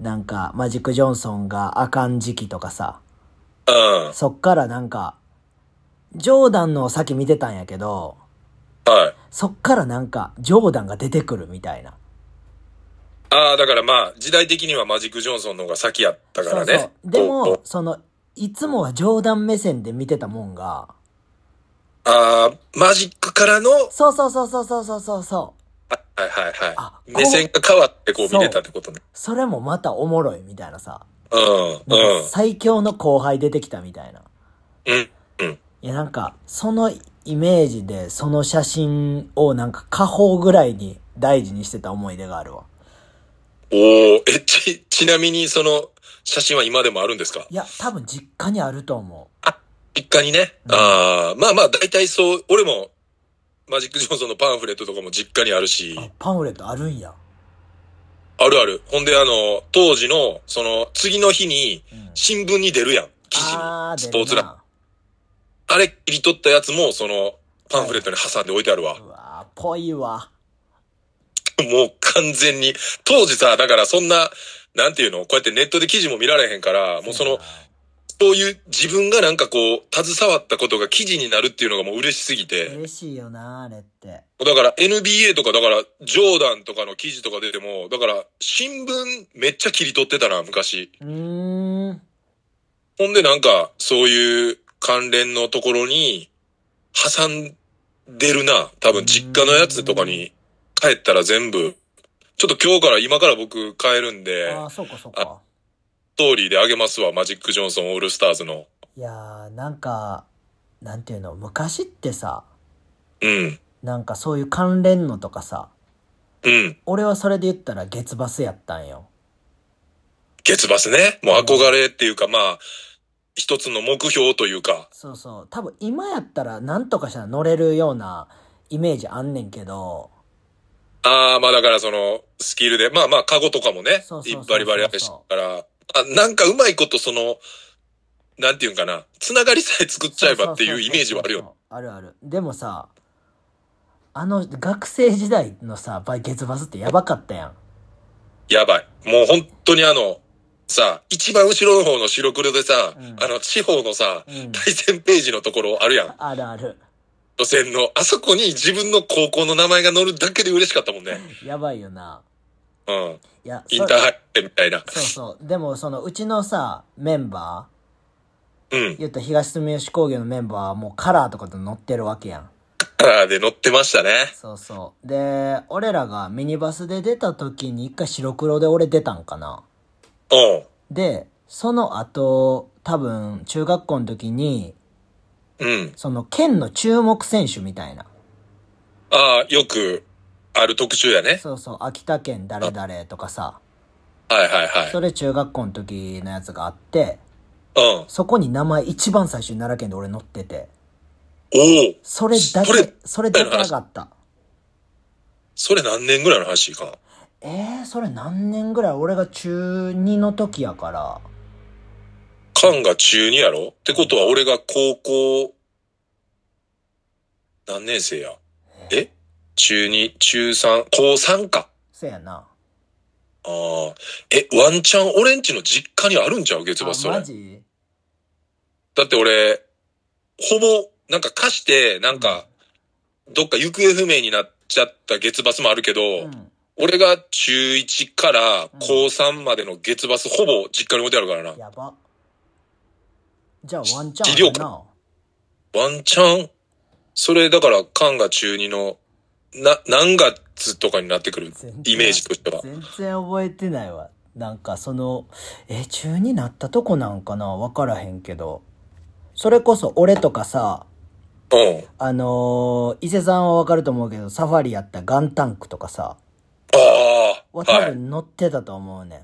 Speaker 3: なんかマジック・ジョンソンがあかん時期とかさ、
Speaker 2: うん。
Speaker 3: そっからなんか、ジョーダンのをさっき見てたんやけど、
Speaker 2: はい。
Speaker 3: そっからなんか、ジョーダンが出てくるみたいな。
Speaker 2: ああ、だからまあ、時代的にはマジック・ジョンソンの方が先やったからね。
Speaker 3: そうそう。で
Speaker 2: こ
Speaker 3: も
Speaker 2: う、
Speaker 3: その、いつもはジョーダン目線で見てたもんが、
Speaker 2: ああ、マジックからの、はい
Speaker 3: そうそうそうそうそうそうそうそう。
Speaker 2: はいはい
Speaker 3: あ
Speaker 2: は
Speaker 3: こう
Speaker 2: い。目線が変わってこう見れたってことね。
Speaker 3: それもまたおもろいみたいなさ。
Speaker 2: うん。
Speaker 3: なん
Speaker 2: う
Speaker 3: か最強の後輩出てきたみたいな。
Speaker 2: ん。うん。うん。
Speaker 3: いやなんか、そのイメージで、その写真をなんか家宝ぐらいに大事にしてた思い出があるわ。
Speaker 2: おおえ、ち、ちなみにその写真は今でもあるんですか
Speaker 3: いや、多分実家にあると思う。
Speaker 2: 実家にね。
Speaker 3: うん
Speaker 2: ああ、まあまあ、大体そう、俺も、マジック・ジョンソンのパンフレットとかも実家にあるし、
Speaker 3: あ、パンフレットあるんや。
Speaker 2: あるある。ほんで、あの、当時の、その、次の日に、
Speaker 3: うん、
Speaker 2: 新聞に出るやん。記事に。
Speaker 3: あー
Speaker 2: スポーツ
Speaker 3: 出
Speaker 2: ラ
Speaker 3: る
Speaker 2: ン。
Speaker 3: な
Speaker 2: あれ、切り取ったやつも、その、パンフレットに挟んで置いてあるわ。
Speaker 3: うわーぽいわ。
Speaker 2: もう完全に。当時さ、だからそんな、なんていうのこうやってネットで記事も見られへんから、もうその、そういう自分がなんかこう、携わったことが記事になるっていうのがもう嬉しすぎて。
Speaker 3: 嬉しいよな、あれって。
Speaker 2: だから NBA とか、だから、ジョーダンとかの記事とか出ても、だから、新聞めっちゃ切り取ってたな、昔。
Speaker 3: うーん。
Speaker 2: ほんでなんか、そういう関連のところに、挟んでるな。多分、実家のやつとかに、帰ったら全部、ちょっと今日から、今から僕帰るんで、
Speaker 3: ああ、そうかそうか。
Speaker 2: ストーリーであげますわ、マジック・ジョンソン・オールスターズの。
Speaker 3: いやー、なんか、なんていうの、昔ってさ、
Speaker 2: うん。
Speaker 3: なんかそういう関連のとかさ、
Speaker 2: うん。
Speaker 3: 俺はそれで言ったら月バスやったんよ。
Speaker 2: 月バスね。もう憧れっていうか、まあ、一つの目標というか。
Speaker 3: そうそう。多分今やったらなんとかしたら乗れるようなイメージあんねんけど、
Speaker 2: ああ、まあだからその、スキルで、まあまあ、カゴとかもね
Speaker 3: そうそうそうそう、
Speaker 2: バリバリあれしたから、あ、なんかうまいことその、なんていうんかな、つながりさえ作っちゃえばっていうイメージはあるよ。
Speaker 3: そうそうそうそう。あるある。でもさ、あの学生時代のさ、バイ月バスってやばかったやん。
Speaker 2: やばい。もう本当にあの、さ、一番後ろの方の白黒でさ、
Speaker 3: うん
Speaker 2: あの、地方のさ、
Speaker 3: うん。
Speaker 2: 対戦ページのところあるやん。
Speaker 3: あるある。
Speaker 2: 路線の。あそこに自分の高校の名前が載るだけで嬉しかったもんね。
Speaker 3: やばいよな。
Speaker 2: うん。
Speaker 3: いや、
Speaker 2: インターハイってみたいな。
Speaker 3: そうそう。でも、その、うちのさ、メンバ
Speaker 2: うん
Speaker 3: ー、。言ったら東住吉工業のメンバーはもうカラーとかで乗ってるわけやん。
Speaker 2: カラーで載ってましたね。
Speaker 3: そうそう。で、俺らがミニバスで出た時に一回白黒で俺出たんかな。
Speaker 2: うん。
Speaker 3: で、その後、多分、中学校の時に、
Speaker 2: うん。
Speaker 3: その、県の注目選手みたいな。
Speaker 2: ああ、よくある特集やね。
Speaker 3: そうそう、秋田県誰々とかさ、
Speaker 2: はいはいはい。
Speaker 3: それ中学校の時のやつがあって、
Speaker 2: うん。
Speaker 3: そこに名前一番最初に奈良県で俺乗ってて、
Speaker 2: おお
Speaker 3: それだ
Speaker 2: それ
Speaker 3: け、それだけ上がった。
Speaker 2: それ何年ぐらいの話かな
Speaker 3: えー、それ何年ぐらい俺が中2の時やから。
Speaker 2: カンが中2やろってことは俺が高校、何年生やえ中2、中3、高3か。
Speaker 3: せやな。
Speaker 2: ああ。え、ワンチャン俺んちの実家にあるんちゃう月バスそ
Speaker 3: あ、
Speaker 2: れ。
Speaker 3: マ
Speaker 2: だ
Speaker 3: ジ
Speaker 2: って俺、ほぼ、なんか貸して、なんか、どっか行方不明になっちゃった月バスもあるけど、
Speaker 3: うん。
Speaker 2: 俺が中1から高3までの月バスほぼ実家に置いてあるからな。
Speaker 3: やば。じゃあワンチャンある
Speaker 2: 資料
Speaker 3: な。
Speaker 2: ワンチャンそれだから、カンが中2の、な、何月とかになってくる
Speaker 3: 全然
Speaker 2: イメージとしては。
Speaker 3: 全然覚えてないわ。なんかその、え、中になったとこなんかなわからへんけど。それこそ俺とかさ、
Speaker 2: うん。
Speaker 3: あのー伊勢さんはわかると思うけど、サファリやったガンタンクとかさ、
Speaker 2: ああ、
Speaker 3: は多
Speaker 2: はい。
Speaker 3: 分乗ってたと思うねん。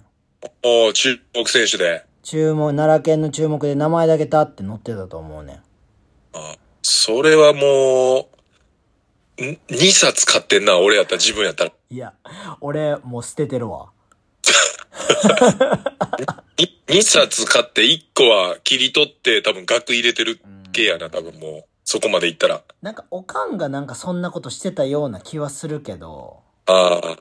Speaker 2: おー中国選手で。
Speaker 3: 注目、奈良県の注目で名前だけ立って乗ってたと思うねん。
Speaker 2: あそれはもう、ん2冊買ってんな、俺やったら、自分やったら。
Speaker 3: いや、俺、もう捨ててるわ。
Speaker 2: 2冊買って1個は切り取って、多分額入れてる系やな、多分もう。そこまでいったら。
Speaker 3: なんか、おかんがなんかそんなことしてたような気はするけど、
Speaker 2: ああ。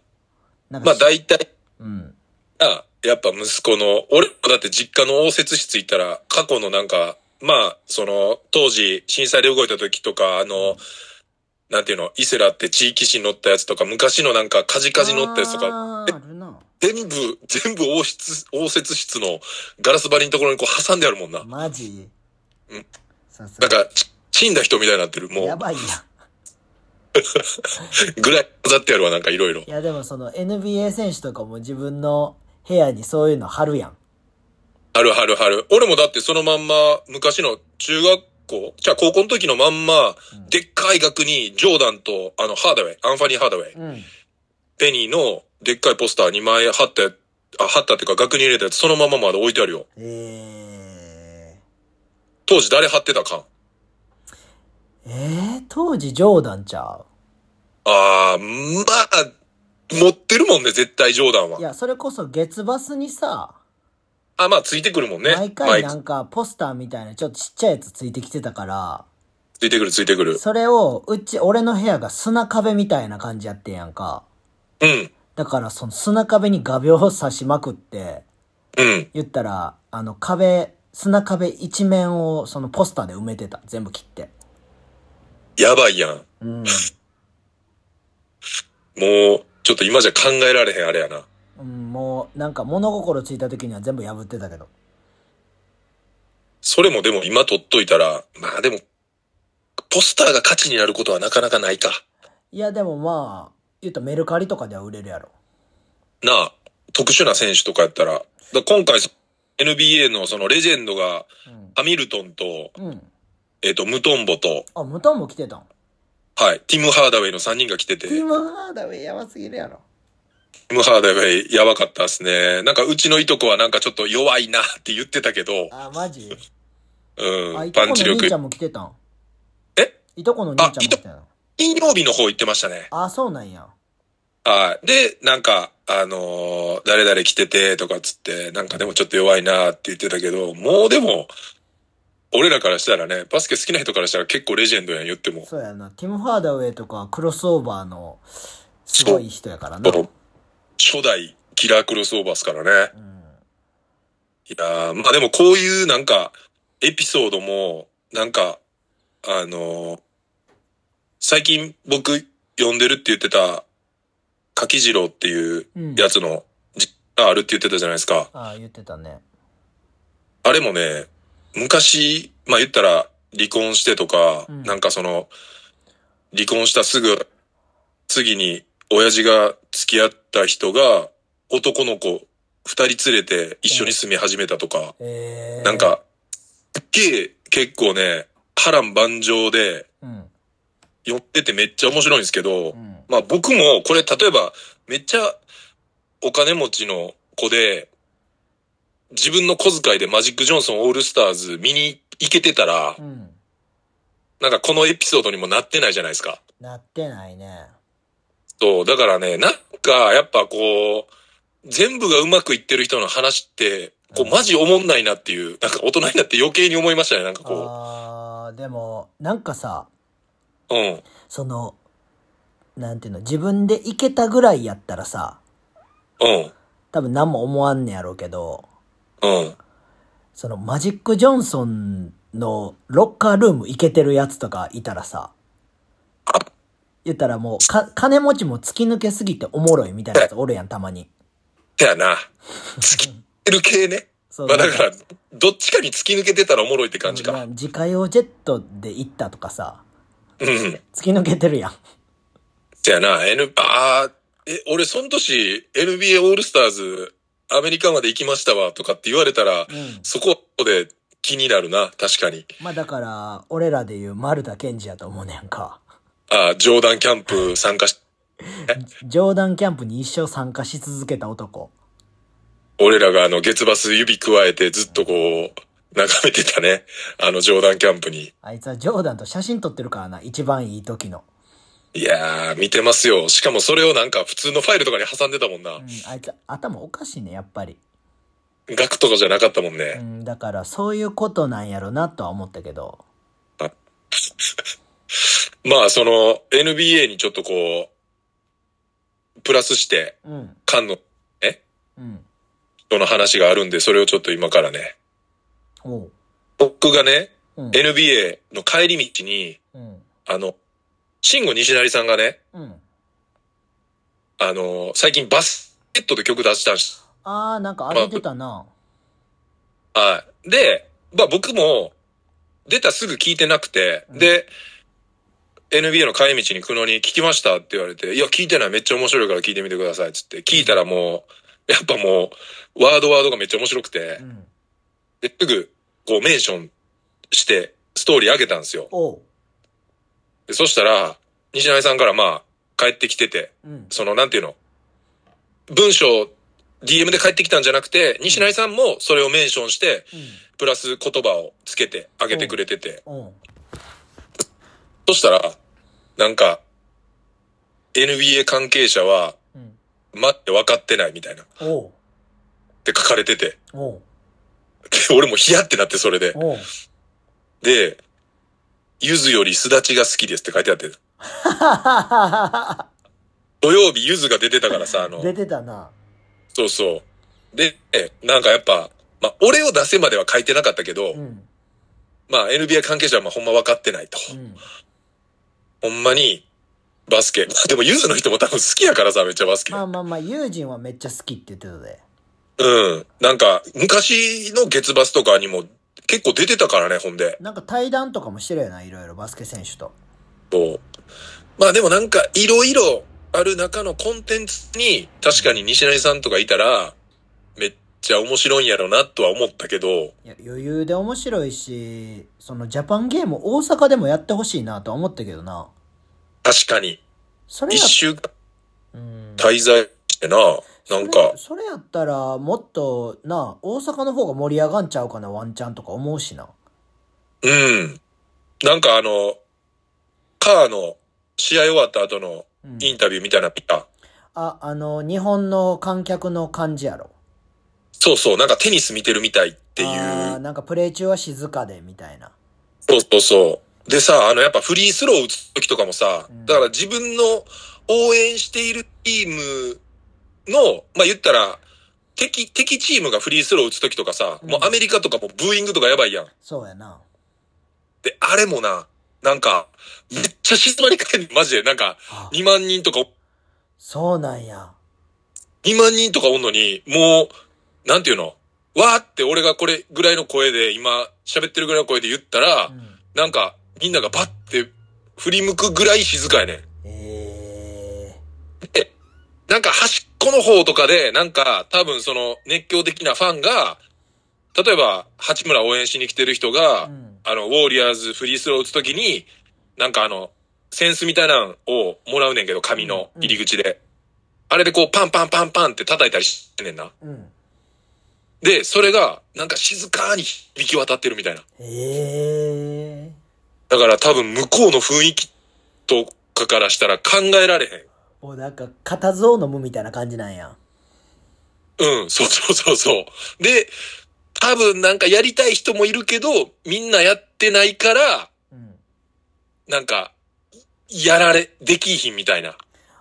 Speaker 3: なんか
Speaker 2: まあ
Speaker 3: し、
Speaker 2: 大体、
Speaker 3: うん。
Speaker 2: あやっぱ息子の、俺もだって実家の応接室行ったら、過去のなんか、まあ、その、当時、震災で動いた時とか、あの、なんていうの、イセラって地域紙に載ったやつとか、昔のなんか、カジカジ載ったやつとか、
Speaker 3: あーあるな。
Speaker 2: 全部、全部応室、応接室のガラス張りのところにこう挟んであるもんな。
Speaker 3: マジ
Speaker 2: うん
Speaker 3: さす
Speaker 2: な
Speaker 3: が
Speaker 2: ん。か、ち死んだ人みたいになってる。も
Speaker 3: や
Speaker 2: う、
Speaker 3: ばいやん。
Speaker 2: ぐらい飾ってあるわ、なんかいろいろ
Speaker 3: い。やでもその NBA 選手とかも自分の部屋にそういうの貼るやん。
Speaker 2: あるあるある。俺もだってそのまんま、昔の中学校、じゃあ高校の時のまんま、
Speaker 3: うん
Speaker 2: でっかい額に、ジョーダンと、あの、ハーダウェイ、アンファニー・ハーダウェイ、
Speaker 3: うん。
Speaker 2: ペニーの、でっかいポスター2枚貼って、あ、貼ったっていうか、額に入れたやつ、そのまままだ置いてあるよ。
Speaker 3: え
Speaker 2: 当時誰貼ってたかん。
Speaker 3: ー、えー、当時ジョーダンちゃ
Speaker 2: あー、まあ、持ってるもんね、絶対ジョーダン
Speaker 3: うい
Speaker 2: は。
Speaker 3: や、それこそ月バスにさ、
Speaker 2: あ、まあ、ついてくるもんね。
Speaker 3: 毎
Speaker 2: マ
Speaker 3: 回
Speaker 2: イク
Speaker 3: なんかポスターみたいなちょっとちっちゃいやつついてきてたから、
Speaker 2: ついてくる、ついてくる。
Speaker 3: それをうち、俺の部屋が砂壁みたいな感じやってんやんか。
Speaker 2: うん、
Speaker 3: だからその砂壁に画鋲を刺しまくって、
Speaker 2: うん。
Speaker 3: 言ったら、あの壁、砂壁一面をそのポスターで埋めてた。全部切って。
Speaker 2: やばいやん。
Speaker 3: うん。
Speaker 2: もう、ちょっと今じゃ考えられへん、あれやな。
Speaker 3: うん、もうなんか物心ついた時には全部破ってたけど
Speaker 2: それもでも今取っといたら、まあでも、ポスターが価値になることはなかなかないか。
Speaker 3: いやでもまあ言うとメルカリとかでは売れるやろ
Speaker 2: なあ、特殊な選手とかやったら。だから今回、NBA のそのレジェンドが、ハミルトンと、
Speaker 3: うん、うん、
Speaker 2: えっ、と、ムトンボと、
Speaker 3: あ無ンも来てたん
Speaker 2: はい、ティム・ハーダウェイの3人が来てて、
Speaker 3: ティ
Speaker 2: テ
Speaker 3: ム・ハーダウェイやばすぎるやろ
Speaker 2: ィム・ハーダウェイやばかったですね。なんかうちのいとこはなんかちょっと弱いなって言ってたけど、
Speaker 3: あマジあ
Speaker 2: う
Speaker 3: い
Speaker 2: ん、
Speaker 3: とこ
Speaker 2: パ
Speaker 3: の
Speaker 2: ンチ
Speaker 3: 兄
Speaker 2: 力
Speaker 3: ちゃ。んも来てたん
Speaker 2: え
Speaker 3: いとこの兄ちゃんも来てたん
Speaker 2: 金曜日の方行ってましたね。
Speaker 3: あそうなんや
Speaker 2: はい。で、なんか、あのー誰々来ててとかっつって、なんかでもちょっと弱いなって言ってたけど、もうでも、俺らからしたらね、バスケ好きな人からしたら結構レジェンドやん、言っても。
Speaker 3: そうやなティム・ハーダウェイとかクロスオーバーのすごい人やからな
Speaker 2: そう初代キラークロスオーバーっすからね。
Speaker 3: うん
Speaker 2: いやーまあでもこういうなんか、エピソードも、なんか、あのー最近僕読んでるって言ってた、柿次郎っていう
Speaker 3: うん
Speaker 2: やつの、じあるって言ってたじゃないですか。
Speaker 3: あ言ってたね
Speaker 2: あれもね、昔、まあ言ったら離婚してとか、
Speaker 3: うん
Speaker 2: なんかその、離婚したすぐ、次に親父が付き合った人が、男の子二人連れて一緒に住み始めたとか、
Speaker 3: えー、
Speaker 2: なんか、すっげえ結構ね、波乱万丈で、
Speaker 3: うん
Speaker 2: 寄っててめっちゃ面白いんですけど、
Speaker 3: うん
Speaker 2: まあ僕もこれ例えばめっちゃお金持ちの子で自分の小遣いでマジック・ジョンソンオールスターズ見に行けてたら
Speaker 3: うん
Speaker 2: なんかこのエピソードにもなってないじゃないですか。
Speaker 3: なってないね
Speaker 2: そう、だからね、なんかやっぱこう全部がうまくいってる人の話ってこうマジおもんないなっていう、なんか大人になって余計に思いましたね、なんかこ
Speaker 3: あーでもなんかさ
Speaker 2: う。うん。
Speaker 3: そのなんていうの自分で行けたぐらいやったらさ
Speaker 2: うん。
Speaker 3: 多分何も思わんねやろうけど
Speaker 2: うん。
Speaker 3: そのマジック・ジョンソンのロッカールーム行けてるやつとかいたらさ言ったらもうか金持ちも突き抜けすぎておもろいみたいなやつおるやんたまに
Speaker 2: てやな。突き抜ける系ね。
Speaker 3: そう
Speaker 2: まあだ
Speaker 3: なんか
Speaker 2: から、どっちかに突き抜けてたらおもろいって感じ
Speaker 3: まあ
Speaker 2: か。
Speaker 3: 自家用ジェットで行ったとかさ
Speaker 2: うん。
Speaker 3: 突き抜けてるやん
Speaker 2: じゃあな、N、あーえ、俺、その年、NBA オールスターズ、アメリカまで行きましたわ、とかって言われたら、
Speaker 3: うん
Speaker 2: そこで、気になるな、確かに。
Speaker 3: まあだから、俺らで言う丸田健二やと思うねんか。
Speaker 2: ああ、冗談キャンプ参加し、
Speaker 3: 冗談キャンプに一生参加し続けた男。
Speaker 2: 俺らがあの、月バス指加えてずっとこう、眺めてたね。あの冗談キャンプに。
Speaker 3: あいつは冗談と写真撮ってるからな、一番いい時の。
Speaker 2: いやー、見てますよ。しかもそれをなんか普通のファイルとかに挟んでたもんな
Speaker 3: うん。、あいつ頭おかしいね、やっぱり。
Speaker 2: 額とかじゃなかったもん
Speaker 3: う
Speaker 2: ね。
Speaker 3: ん、だからそういうことなんやろなとは思ったけど。
Speaker 2: まあ、その、NBA にちょっとこう、プラスして、
Speaker 3: うん、
Speaker 2: 菅の、え
Speaker 3: うん。
Speaker 2: 人の話があるんで、それをちょっと今からね。
Speaker 3: おう。
Speaker 2: 僕がね、
Speaker 3: うん、
Speaker 2: NBA の帰り道に、
Speaker 3: うん、
Speaker 2: あの、慎吾西成さんがね、
Speaker 3: うん。
Speaker 2: あの、最近バスケットで曲出したんし、
Speaker 3: ああ、なんか上げてたな。
Speaker 2: はい。で、まあ僕も、出たすぐ聞いてなくて、
Speaker 3: うん
Speaker 2: で、NBA の帰り道に久野に聞きましたって言われて、いや、聞いてない、めっちゃ面白いから聞いてみてくださいっつって、聞いたらもう、やっぱもう、ワードワードがめっちゃ面白くて
Speaker 3: う、ん。
Speaker 2: ですぐ、こう、メンションして、ストーリー上げたんですよ。
Speaker 3: おう。
Speaker 2: でそしたら、西成さんからまあ、帰ってきてて、
Speaker 3: うん。
Speaker 2: その、なんていうの、文章、DM で帰ってきたんじゃなくて、西成さんもそれをメンションして、プラス言葉をつけてあげてくれてて、
Speaker 3: うん。うん。
Speaker 2: そしたら、なんか、NBA 関係者は、
Speaker 3: うん。
Speaker 2: 待って分かってないみたいな、っ
Speaker 3: おう。
Speaker 2: て書かれてて、
Speaker 3: おう。
Speaker 2: で俺もヒヤってなってそれで、
Speaker 3: おう。
Speaker 2: で、ゆずよりすだちが好きですって書いてあって、土曜日ゆずが出てたからさ、あの、
Speaker 3: 出てたな。
Speaker 2: そうそう。で、なんかやっぱ、まあ、俺を出せまでは書いてなかったけど、
Speaker 3: うん。
Speaker 2: まあ、NBA 関係者はまあほんま分かってないと。
Speaker 3: うん。
Speaker 2: ほんまに、バスケ。ま あでも、ユーズの人も多分好きやからさ、めっちゃバスケ。
Speaker 3: まあまあまあ、友人はめっちゃ好きって言ってたで。
Speaker 2: うん。なんか、昔の月バスとかにも結構出てたからね、ほんで。
Speaker 3: なんか対談とかもしてるよな、いろいろバスケ選手と。
Speaker 2: そうまあでもなんか、いろいろある中のコンテンツに、確かに西成さんとかいたら、めっちゃ面白いんやろな、とは思ったけど、
Speaker 3: いや余裕で面白いし、そのジャパンゲーム大阪でもやってほしいなとは思ったけどな。
Speaker 2: 確かに、
Speaker 3: それ
Speaker 2: 一
Speaker 3: や、
Speaker 2: 週間
Speaker 3: うん、
Speaker 2: 滞在してな、なん
Speaker 3: そ
Speaker 2: か
Speaker 3: れ、それやったら、もっとな、大阪の方が盛り上がんちゃうかな、ワンチャンとか思うしな。
Speaker 2: うん。なんかあの、カーの試合終わった後の
Speaker 3: うん、
Speaker 2: インタビューみたいなの見た。
Speaker 3: あ、あの、日本の観客の感じやろ。っ
Speaker 2: そうそう、なんかテニス見てるみたいってい
Speaker 3: あー
Speaker 2: う。
Speaker 3: なんかプレイ中は静かで、みたいな。
Speaker 2: そうそうそう。でさ、あのやっぱフリースロー打つ時とかもさ、
Speaker 3: うん
Speaker 2: だから自分の応援しているチームの、まあ言ったら、敵、敵チームがフリースロー打つ時とかさ、
Speaker 3: うん
Speaker 2: もうアメリカとかもブーイングとかやばいやん。
Speaker 3: そうやな。
Speaker 2: で、あれもな、なんか、めっちゃ静まり返る。マジで、なんか、
Speaker 3: あ
Speaker 2: 2万人とか、
Speaker 3: そうなんや。
Speaker 2: 2万人とかおんのに、もう、なんていうのわーって俺がこれぐらいの声で、今喋ってるぐらいの声で言ったら、
Speaker 3: うん、
Speaker 2: なんか、みんながバッて振り向くぐらい静かやねん。
Speaker 3: え
Speaker 2: なんか端っこの方とかで、なんか多分その熱狂的なファンが、例えば八村応援しに来てる人が、
Speaker 3: ー。うん。
Speaker 2: あの、ウォーリアーズフリースロー打つときに、なんかあの、センスみたいなのをもらうねんけど、紙の入り口で。あれでこうパンパンパンパンって叩いたりしてんねんな。
Speaker 3: うん。
Speaker 2: で、それがなんか静かに響き渡ってるみたいな。
Speaker 3: えー。
Speaker 2: だから多分向こうの雰囲気とかからしたら考えられへん。
Speaker 3: もうなんか、固唾を飲むみたいな感じなんや。
Speaker 2: うん、そうそうそうそう。で、多分なんかやりたい人もいるけど、みんなやってないから、
Speaker 3: うん。
Speaker 2: なんか、やられ、できひんみたいな。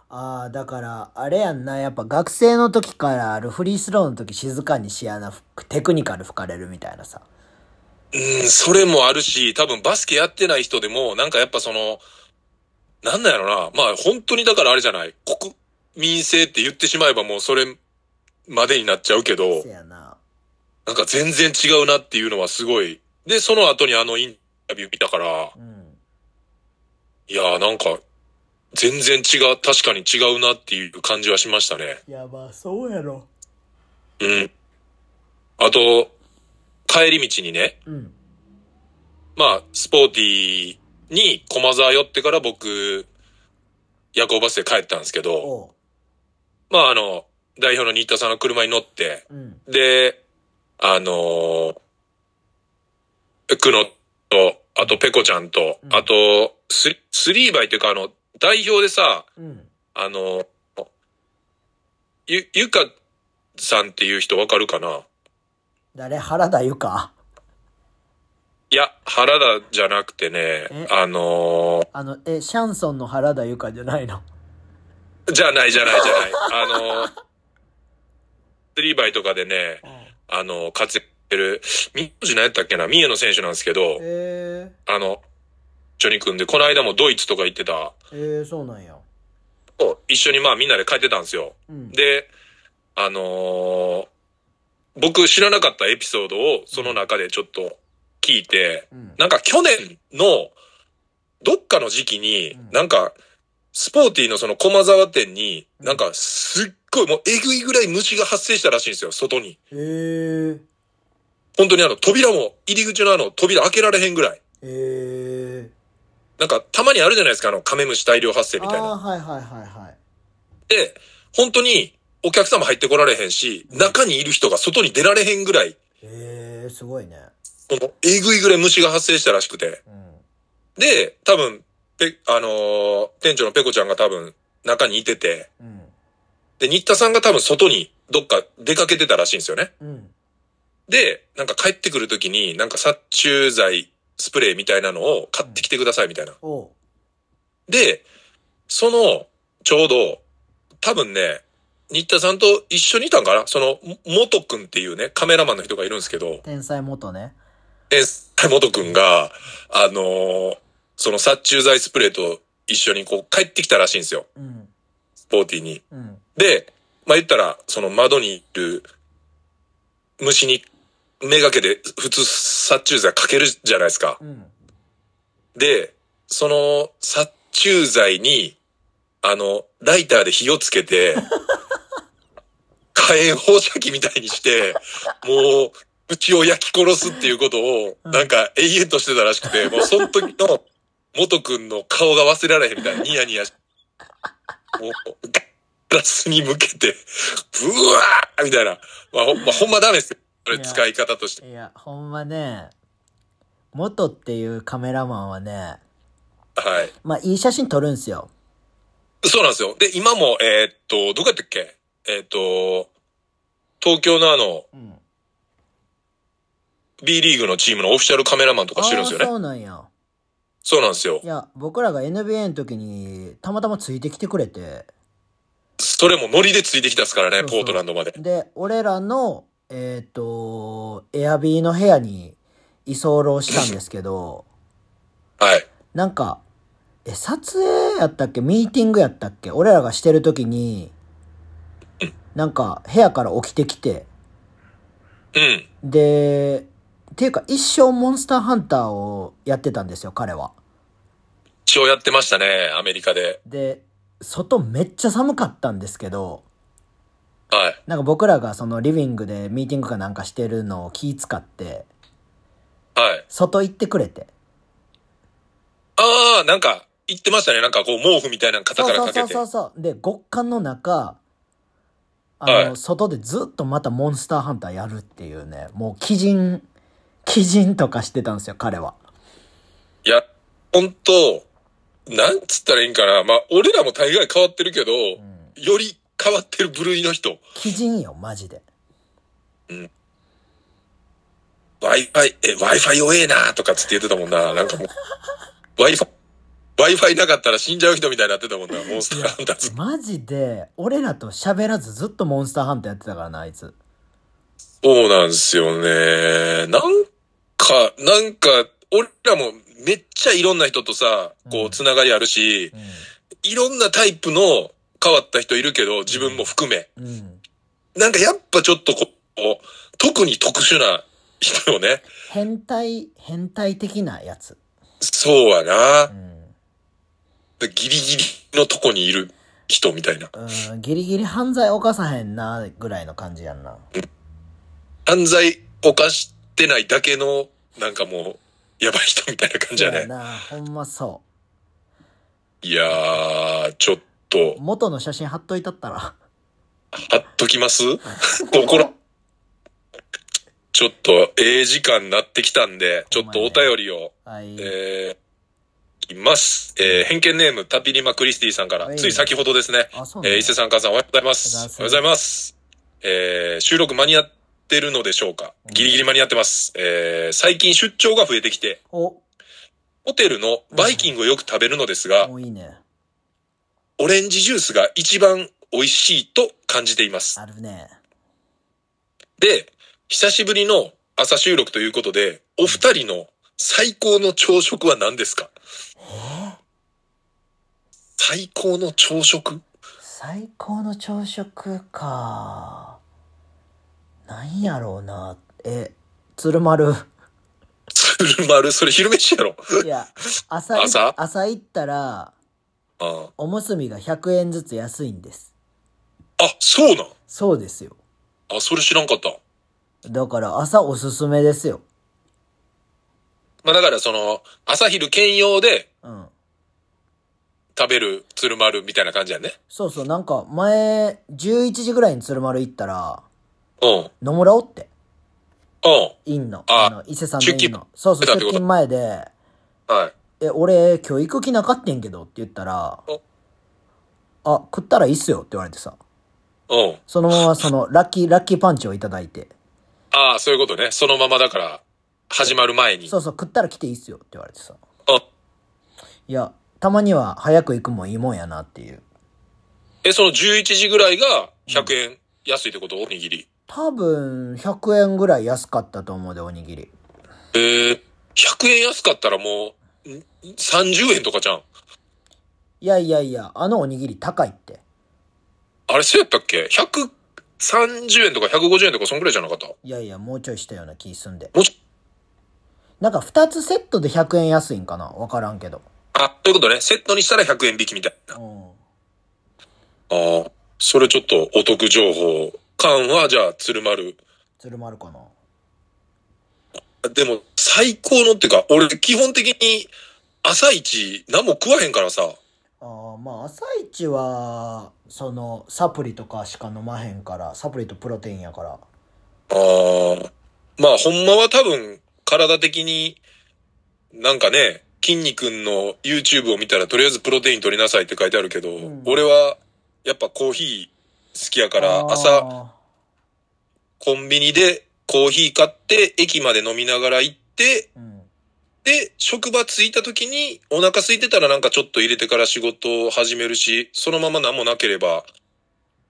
Speaker 3: ああ、だから、あれやんな、やっぱ学生の時からあるフリースローの時静かにしやな、テクニカル吹かれるみたいなさ。
Speaker 2: うん、それもあるし、多分バスケやってない人でも、なんかやっぱその、なんなんやろな。まあ本当にだからあれじゃない。国民性って言ってしまえばもうそれまでになっちゃうけど
Speaker 3: せ、やな。
Speaker 2: なんか全然違うなっていうのはすごい。で、その後にあのインタビュー見たから、
Speaker 3: うん。
Speaker 2: いやーなんか、全然違う、確かに違うなっていう感じはしましたね。
Speaker 3: いや、まあ、そうやろ。
Speaker 2: うん。あと、帰り道にね、
Speaker 3: うん。
Speaker 2: まあ、スポーティーに駒沢寄ってから僕、夜行バスで帰ったんですけど、
Speaker 3: おう。
Speaker 2: まああの、代表の新田さんの車に乗って、
Speaker 3: うん。
Speaker 2: で、あのー、久野と、あとペコちゃんと、
Speaker 3: うん
Speaker 2: あとス、スリーバイというかあの、代表でさ、
Speaker 3: うん。
Speaker 2: あのー、ゆ、ゆかさんっていう人わかるかな
Speaker 3: 誰原田由香
Speaker 2: いや、原田じゃなくて
Speaker 3: え
Speaker 2: ね、あのー、
Speaker 3: あの、え、シャンソンの原田由香じゃないの
Speaker 2: じゃないじゃないじゃない。あの、スリーバイとかでね、あの、活躍してる、み、何やったっけな、三重の選手なんですけど、
Speaker 3: え
Speaker 2: あの、一緒に組んで、この間もドイツとか行ってた、
Speaker 3: ー、えー、そうなんや。
Speaker 2: 一緒にまあみんなで帰ってたんですよ。
Speaker 3: うん。
Speaker 2: で、あのー僕知らなかったエピソードをその中でちょっと聞いて、
Speaker 3: うん、
Speaker 2: なんか去年のどっかの時期に
Speaker 3: うん、
Speaker 2: なんかスポーティーのその駒沢店に、なんかすっごいもうえぐいぐらい虫が発生したらしいんですよ、外に。
Speaker 3: えー、
Speaker 2: 本当にあの扉も、入り口のあの扉開けられへんぐらい。
Speaker 3: え
Speaker 2: なんかたまにあるじゃないですか、あのカメムシ大量発生
Speaker 3: ー、
Speaker 2: みたいな。
Speaker 3: あーはいはいはいはい。
Speaker 2: で、本当にお客様入ってこられへんし、中にいる人が外に出られへんぐらい、
Speaker 3: えー、すごいね。
Speaker 2: このえぐいぐらい虫が発生したらしくて。
Speaker 3: うん。
Speaker 2: で、多分、ペあのー店長のペコちゃんが多分中にいてて、
Speaker 3: うん。
Speaker 2: で、新田さんが多分外にどっか出かけてたらしいんですよね。
Speaker 3: うん。
Speaker 2: で、なんか帰ってくるときに、なんか殺虫剤、スプレーみたいなのを買ってきてくださいみたいな。
Speaker 3: おう。
Speaker 2: で、その、ちょうど、多分ね、新田さんと一緒にいたんかなその、も元くんっていうね、カメラマンの人がいるんですけど、
Speaker 3: 天才元ね。
Speaker 2: え、元くんが、あのーその殺虫剤スプレーと一緒にこう帰ってきたらしいんですよ、
Speaker 3: うん。
Speaker 2: スポーティーに。
Speaker 3: うん。
Speaker 2: で、まあ、言ったら、その窓にいる虫にめがけて普通殺虫剤かけるじゃないですか。
Speaker 3: うん。
Speaker 2: で、その殺虫剤に、あの、ライターで火をつけて、 火炎放射器みたいにして、もう、うちを焼き殺すっていうことを、
Speaker 3: うん
Speaker 2: なんか永遠としてたらしくて、もうその時の、元くんの顔が忘れられへんみたいな、ニヤニヤしもう、ガラスに向けて、うわーみたいな。まあ、ほ,、まあ、ほんまダメですよ。これ使い方として。
Speaker 3: いや、ほんまね、元っていうカメラマンはね、
Speaker 2: はい。
Speaker 3: まあ、いい写真撮るんすよ。
Speaker 2: そうなんですよ。で、今も、えーっと、どこやったっけえーっと、東京のあの、
Speaker 3: うん。
Speaker 2: B リーグのチームのオフィシャルカメラマンとかしてるんですよ
Speaker 3: あー
Speaker 2: ね。
Speaker 3: そうなんや。
Speaker 2: そうなんですよ
Speaker 3: い。や、僕らが NBA の時に、たまたまついてきてくれて、
Speaker 2: それもノリでついてきたっすからね、
Speaker 3: そうそう
Speaker 2: ポートランドまで。
Speaker 3: で、俺らの、えっ、と、エアビーの部屋に居候したんですけど、
Speaker 2: はい。
Speaker 3: なんか、え、撮影やったっけミーティングやったっけ俺らがしてる時に、なんか部屋から起きてきて、
Speaker 2: うん。
Speaker 3: で、っていうか一生モンスターハンターをやってたんですよ、彼は。
Speaker 2: 一応やってましたね、アメリカで。
Speaker 3: で、外めっちゃ寒かったんですけど、
Speaker 2: はい。
Speaker 3: なんか僕らがそのリビングでミーティングかなんかしてるのを気使って、
Speaker 2: はい。
Speaker 3: 外行ってくれて。
Speaker 2: あー、なんか、言ってましたね。なんかこう、毛布みたいなの肩
Speaker 3: そう
Speaker 2: から
Speaker 3: そう
Speaker 2: かけ
Speaker 3: そう
Speaker 2: て。
Speaker 3: そうそう。で、極寒の中、あの、
Speaker 2: はい
Speaker 3: 外でずっとまたモンスターハンターやるっていうね、もう鬼人、鬼人とかしてたんですよ、彼は。
Speaker 2: いや、ほんと、なんつったらいいんかな。まあ、俺らも大概変わってるけど、
Speaker 3: うん。
Speaker 2: より変わってる部類の人。
Speaker 3: 鬼人よ、マジで。
Speaker 2: Wi-Fi、え、Wi-Fi 弱えなとかつって言ってたもんな。なんかもう、Wi-Fi、Wi-Fi なかったら死んじゃう人みたいになってたもんな。モンスターハンターズ。
Speaker 3: マジで、俺らと喋らずずっとモンスターハンターやってたからな、あいつ。
Speaker 2: そうなんですよね。なんか、なんか、俺らもめっちゃいろんな人とさ、こ
Speaker 3: うん
Speaker 2: う、つながりあるし、
Speaker 3: う
Speaker 2: いろんなタイプの変わった人いるけど、自分も含め。
Speaker 3: ん。うん。
Speaker 2: なんかやっぱちょっとこう、特に特殊な人よね。
Speaker 3: 変態、変態的なやつ。
Speaker 2: そうや
Speaker 3: う
Speaker 2: な。
Speaker 3: ん。
Speaker 2: でギリギリのとこにいる人みたいな。
Speaker 3: うん、ギリギリ犯罪犯さへんな、ぐらいの感じやんな。
Speaker 2: 犯罪犯してないだけの、なんかもう、やばい人みたいな感じ
Speaker 3: そ
Speaker 2: や
Speaker 3: うや
Speaker 2: ね。
Speaker 3: な。ほんまそ
Speaker 2: いやー、ちょっ
Speaker 3: う。、
Speaker 2: と
Speaker 3: 元の写真貼っといたったら。
Speaker 2: 貼っときます怒ら、ちょっと、ええ時間になってきたんで、ちょっとお便りを、
Speaker 3: はい。
Speaker 2: えー、いきます。えー、偏見ネーム、タピリマ・クリスティさんから
Speaker 3: は、い
Speaker 2: つい先ほどですね、
Speaker 3: あ、そうなん
Speaker 2: え
Speaker 3: だ
Speaker 2: ー、伊勢さん、母さん、おはようございます。おは
Speaker 3: おは
Speaker 2: よう
Speaker 3: ようござ
Speaker 2: ござ
Speaker 3: い
Speaker 2: います。えー、収録間に合ってるのでしょうか
Speaker 3: うん
Speaker 2: ギリギリ間に合ってます。えー、最近出張が増えてきて、
Speaker 3: お、
Speaker 2: ホテルのバイキングをよく食べるのですが、
Speaker 3: もういいね。
Speaker 2: オレンジジュースが一番美味しいと感じています。
Speaker 3: あるね。
Speaker 2: で、久しぶりの朝収録ということで、お二人の最高の朝食は何ですか最高の朝食
Speaker 3: 最高の朝食か。なんやろうな。え、鶴 丸。
Speaker 2: 鶴丸、それ昼飯やろ。
Speaker 3: いや、朝い、
Speaker 2: 朝
Speaker 3: 朝行ったら、
Speaker 2: あ
Speaker 3: おむすびが100円ずつ安いんです。
Speaker 2: あ、そうなん
Speaker 3: そうですよ。
Speaker 2: あ、それ知らんかった。
Speaker 3: だから朝おすすめですよ。
Speaker 2: まあだからその、朝昼兼用で
Speaker 3: うん。
Speaker 2: 食べる鶴丸みたいな感じやね。
Speaker 3: そうそう、なんか前、11時ぐらいに鶴丸行ったら、
Speaker 2: うん。うん。
Speaker 3: 野村おって、院の。
Speaker 2: あ
Speaker 3: の、伊勢さんの院
Speaker 2: 出
Speaker 3: の
Speaker 2: 勤。
Speaker 3: そうそう、
Speaker 2: 出たっ
Speaker 3: 出
Speaker 2: てこと
Speaker 3: 勤前で、
Speaker 2: はい。
Speaker 3: え、俺、今日行く気なかってんけどって言ったら
Speaker 2: お、
Speaker 3: あ、食ったらいいっすよって言われてさ、
Speaker 2: うん。
Speaker 3: その ままその、ラッキー、ラッキーパンチをいただいて、
Speaker 2: ああ、そういうことね。そのままだから、始まる前に。
Speaker 3: そうそう、食ったら来ていいっすよって言われてさ、
Speaker 2: うん。
Speaker 3: いや、たまには早く行くもんいいもんやなっていう。
Speaker 2: え、その11時ぐらいが100円安いってことおにぎり。
Speaker 3: 多分、100円ぐらい安かったと思うで、おにぎり。
Speaker 2: えー、100円安かったらもう、ん30円とかじゃん。
Speaker 3: いやいやいや、あのおにぎり高いって。
Speaker 2: あれ、そうやったっけ ?130 円とか150円とか、そんぐらいじゃなかったも
Speaker 3: いやいや、もうちょいしたような気すんで。
Speaker 2: うちょ
Speaker 3: なんか2つセットで100円安いんかなわからんけど。
Speaker 2: あ、ということね。セットにしたら100円引きみたいな。あ
Speaker 3: うん。
Speaker 2: あー、それちょっとお得情報。缶は、じゃあ、鶴丸。
Speaker 3: 鶴丸かな
Speaker 2: でも、最高のっていうか、俺、基本的に、朝一、何も食わへんからさ。
Speaker 3: ああ、まあ、朝一は、その、サプリとかしか飲まへんから、サプリとプロテインやから。
Speaker 2: ああ、まあ、ほんまは多分、体的に、なんかね、筋肉の YouTube を見たら、とりあえずプロテイン取りなさいって書いてあるけど、
Speaker 3: ん
Speaker 2: 俺は、やっぱコーヒー好きやから、朝、
Speaker 3: あ
Speaker 2: コンビニでコーヒー買って、駅まで飲みながら行って、
Speaker 3: ー。うん。
Speaker 2: で、職場着いた時に、お腹空いてたらなんかちょっと入れてから仕事を始めるし、そのまま何もなければ、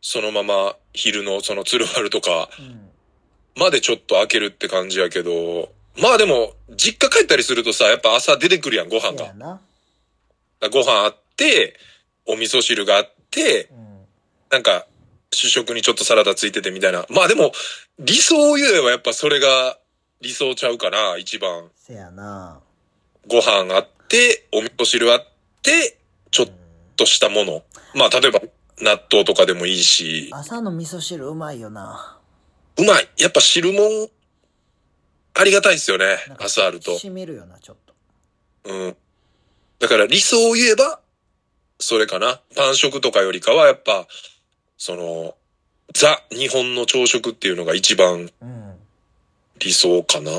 Speaker 2: そのまま昼のその鶴丸とか、
Speaker 3: うん。
Speaker 2: までちょっと開けるって感じやけど、まあでも、実家帰ったりするとさ、やっぱ朝出てくるやん、ご飯
Speaker 3: せ
Speaker 2: が
Speaker 3: や。な。
Speaker 2: だからご飯あって、お味噌汁があって
Speaker 3: う、ん。
Speaker 2: なんか、主食にちょっとサラダついててみたいな。まあでも、理想を言えばやっぱそれが理想ちゃうかな、一番。
Speaker 3: せやな。
Speaker 2: ご飯あって、お味噌汁あって、ちょっ
Speaker 3: うん
Speaker 2: としたもの。まあ例えば、納豆とかでもいいし、
Speaker 3: 朝の味噌汁うまいよな。
Speaker 2: うまい。やっぱ汁もん、ありがたいですよね
Speaker 3: なん、か
Speaker 2: 朝あると。
Speaker 3: しみるよな、ちょっと。
Speaker 2: うん。だから理想を言えば、それかな。パン食とかよりかは、やっぱ、その、ザ、日本の朝食っていうのが一番
Speaker 3: うん。
Speaker 2: 理想かな。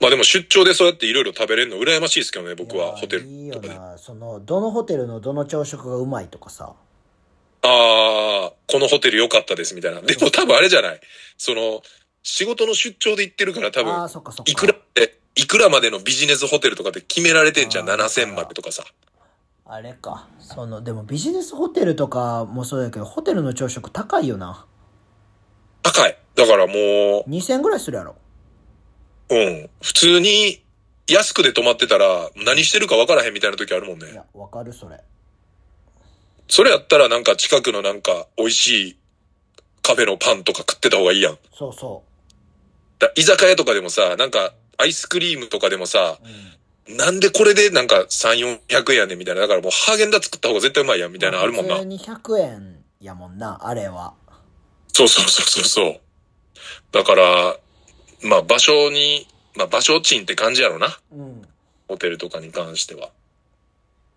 Speaker 2: まあでも出張でそうやっていろいろ食べれるの羨ましいですけどね、僕
Speaker 3: いや
Speaker 2: は
Speaker 3: ー
Speaker 2: ホテ
Speaker 3: いい
Speaker 2: ル
Speaker 3: よ
Speaker 2: とかで。あ
Speaker 3: な。その、どのホテルのどの朝食がうまいとかさ。
Speaker 2: あー、このホテル良かったですみたいな。でも多分あれじゃない。その、仕事の出張で行ってるから多
Speaker 3: ああー、
Speaker 2: 分、
Speaker 3: そっかそっか。
Speaker 2: いくらって、いくらまでのビジネスホテルとかで決められてんじゃん。
Speaker 3: あー
Speaker 2: 7000までとかさ。
Speaker 3: あれか。その、でもビジネスホテルとかもそうだけど、ホテルの朝食高いよな。
Speaker 2: 高い。だからもう、
Speaker 3: 2000ぐらいするやろ。
Speaker 2: うん。普通に、安くで泊まってたら、何してるか分からへんみたいな時あるもん
Speaker 3: い
Speaker 2: ね。
Speaker 3: や、わかるそれ。
Speaker 2: それやったらなんか近くのなんか美味しいカフェのパンとか食ってた方がいいやん。
Speaker 3: そうそ
Speaker 2: だ居酒屋とかでもさ、なんかアイスクリームとかでもさ、
Speaker 3: う。うん。
Speaker 2: なんでこれでなんか3、400円やねんみたいな。だからもうハーゲンダッツ食った方が絶対うまいやんみたいなのあるもんな
Speaker 3: 普通。に100円やもんな、あれは。
Speaker 2: そうそうそうそうそう。だから、まあ場所にまあ場所賃って感じやろな。
Speaker 3: うん。
Speaker 2: ホテルとかに関しては。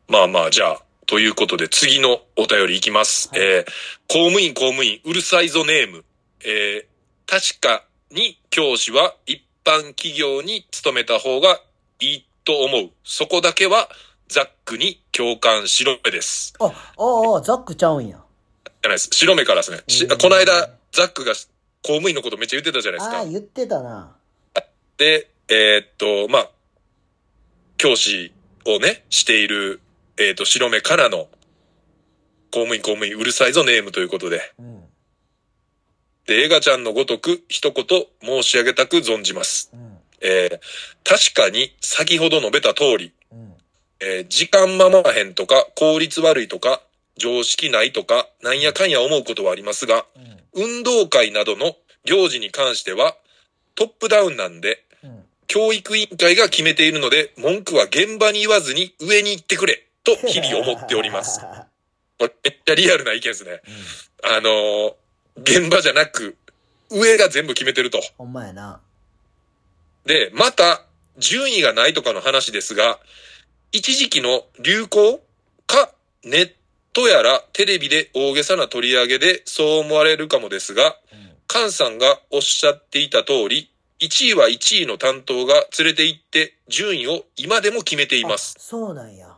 Speaker 2: まあまあ、じゃあ、ということで次のお便りいきます。
Speaker 3: はい
Speaker 2: えー公務員公務員、うるさいぞネーム。えー確かに教師は一般企業に勤めた方がいいと思う。そこだけは、ザックに共感しろです。
Speaker 3: あ、ああ、ザックちゃうんや。
Speaker 2: じゃないです。白目からですね。し
Speaker 3: うん
Speaker 2: この間、ザックが公務員のことめっちゃ言ってたじゃないです
Speaker 3: あ
Speaker 2: か
Speaker 3: あ、。言ってたな。
Speaker 2: で、えーっと、まあ、教師をね、している、えーっと、白目からの、公務員公務員うるさいぞネームということで。
Speaker 3: うん。
Speaker 2: で、映画ちゃんのごとく、一言申し上げたく存じます。
Speaker 3: うん。
Speaker 2: えー確かに先ほど述べた通り、
Speaker 3: うん。
Speaker 2: えー時間ままへんとか、効率悪いとか、常識ないとか、なんやかんや思うことはありますが、
Speaker 3: うん。
Speaker 2: 運動会などの行事に関しては、トップダウンなんで、
Speaker 3: うん。
Speaker 2: 教育委員会が決めているので、文句は現場に言わずに上に行ってくれ、と日々思っております。これめっちゃリアルな意見ですね。
Speaker 3: うん。
Speaker 2: あのー現場じゃなく、上が全部決めてると。
Speaker 3: ほんまやな。
Speaker 2: で、また、順位がないとかの話ですが、一時期の流行か、ネットやらテレビで大げさな取り上げでそう思われるかもですが、
Speaker 3: うん。
Speaker 2: 菅さんがおっしゃっていた通り、1位は1位の担当が連れて行って、順位を今でも決めています。
Speaker 3: あそうなんや。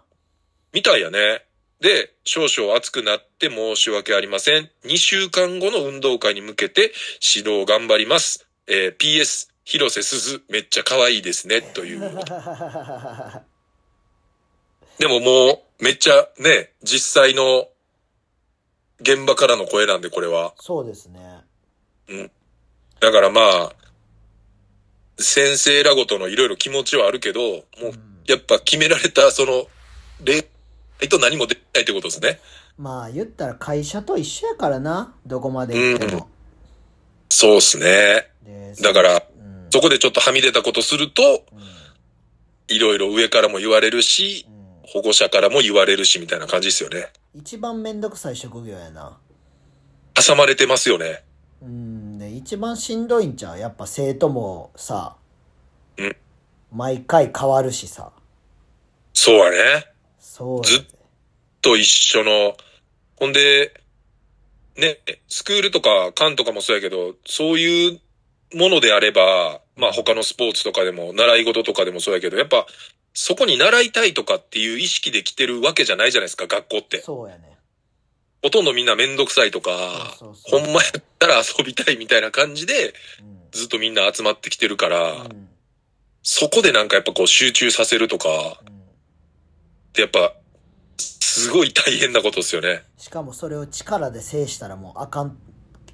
Speaker 2: みたいやね。で、少々暑くなって申し訳ありません。2週間後の運動会に向けて指導頑張ります。えー PS、広瀬すず、めっちゃ可愛いですね、という。でももう、めっちゃね、実際の現場からの声なんで、これは。
Speaker 3: そうですね。
Speaker 2: だからまあ、先生らごとのいろいろ気持ちはあるけど、もう
Speaker 3: うん
Speaker 2: やっぱ決められた、その、例外と何もできないってことですね。
Speaker 3: まあ言ったら会社と一緒やからな。どこまで行っても。
Speaker 2: そうですね。
Speaker 3: で
Speaker 2: だから、
Speaker 3: うん。
Speaker 2: そこでちょっとはみ出たことすると、
Speaker 3: うん
Speaker 2: いろいろ上からも言われるし
Speaker 3: う、ん
Speaker 2: 保護者からも言われるし、みたいな感じですよね。
Speaker 3: 一番めんどくさい職業やな。
Speaker 2: 挟まれてますよね。
Speaker 3: うん。で、一番しんどいんちゃうやっぱ生徒もさ
Speaker 2: うん、
Speaker 3: 毎回変わるしさ。
Speaker 2: そうはね。
Speaker 3: そう
Speaker 2: ずっと一緒の、ほんで、ね、スクールとか、館とかもそうやけど、そういうものであれば、まあ他のスポーツとかでも、習い事とかでもそうやけど、やっぱ、そこに習いたいとかっていう意識で来てるわけじゃないじゃないですか、学校って。
Speaker 3: そうやね。
Speaker 2: ほとんどみんなめんどくさいとか、
Speaker 3: そうそうそ
Speaker 2: ほ
Speaker 3: うん
Speaker 2: まやったら遊びたいみたいな感じで、
Speaker 3: うん。
Speaker 2: ずっとみんな集まってきてるから、
Speaker 3: うん
Speaker 2: そこでなんかやっぱこう集中させるとか、
Speaker 3: うん
Speaker 2: ってやっぱ、すごい大変なことですよね。
Speaker 3: しかもそれを力で制したらもうあかん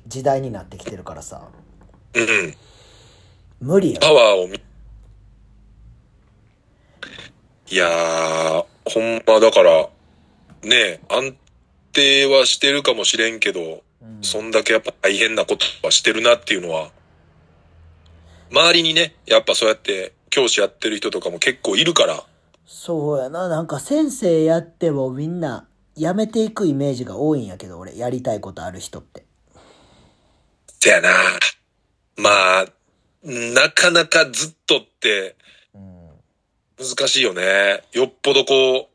Speaker 3: 時代になってきてるからさ。
Speaker 2: うん。
Speaker 3: 無理や
Speaker 2: パワーを見、いやー、ほんまだから、ねえ安定はしてるかもしれんけど、
Speaker 3: うん
Speaker 2: そんだけやっぱ大変なことはしてるなっていうのは、周りにね、やっぱそうやって教師やってる人とかも結構いるから、
Speaker 3: そうやな。なんか先生やってもみんな辞めていくイメージが多いんやけど、俺、やりたいことある人って。
Speaker 2: せやな。まあ、なかなかずっとって
Speaker 3: うん。
Speaker 2: 難しいよね。よっぽどこ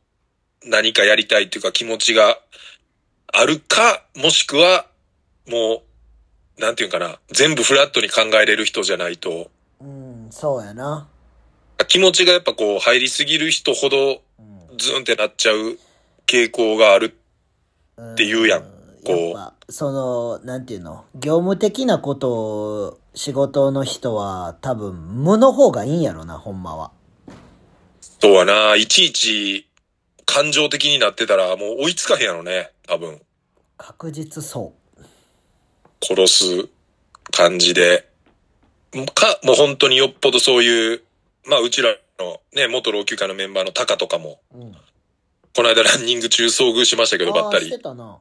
Speaker 2: う、何かやりたいっていうか気持ちがあるか、もしくは、もう、なんていうんかな、全部フラットに考えれる人じゃないと、
Speaker 3: うん、そうやな。
Speaker 2: 気持ちがやっぱこう入りすぎる人ほど
Speaker 3: うん。
Speaker 2: ズンってなっちゃう傾向がある。って言うやんこう
Speaker 3: やっぱ、その、なんていうの、業務的なことを仕事の人は多分無の方がいいんやろな、ほんまは。
Speaker 2: そうはな、いちいち感情的になってたらもう追いつかへんやろね、多分。
Speaker 3: 確実そ
Speaker 2: 殺す感じで、か、もう本当によっぽどそういう、まあうちらのね、元老朽化のメンバーのタカとかも、
Speaker 3: う。うん。
Speaker 2: この間ランニング中遭遇しましたけど、ばった
Speaker 3: あーし
Speaker 2: り
Speaker 3: て。たな。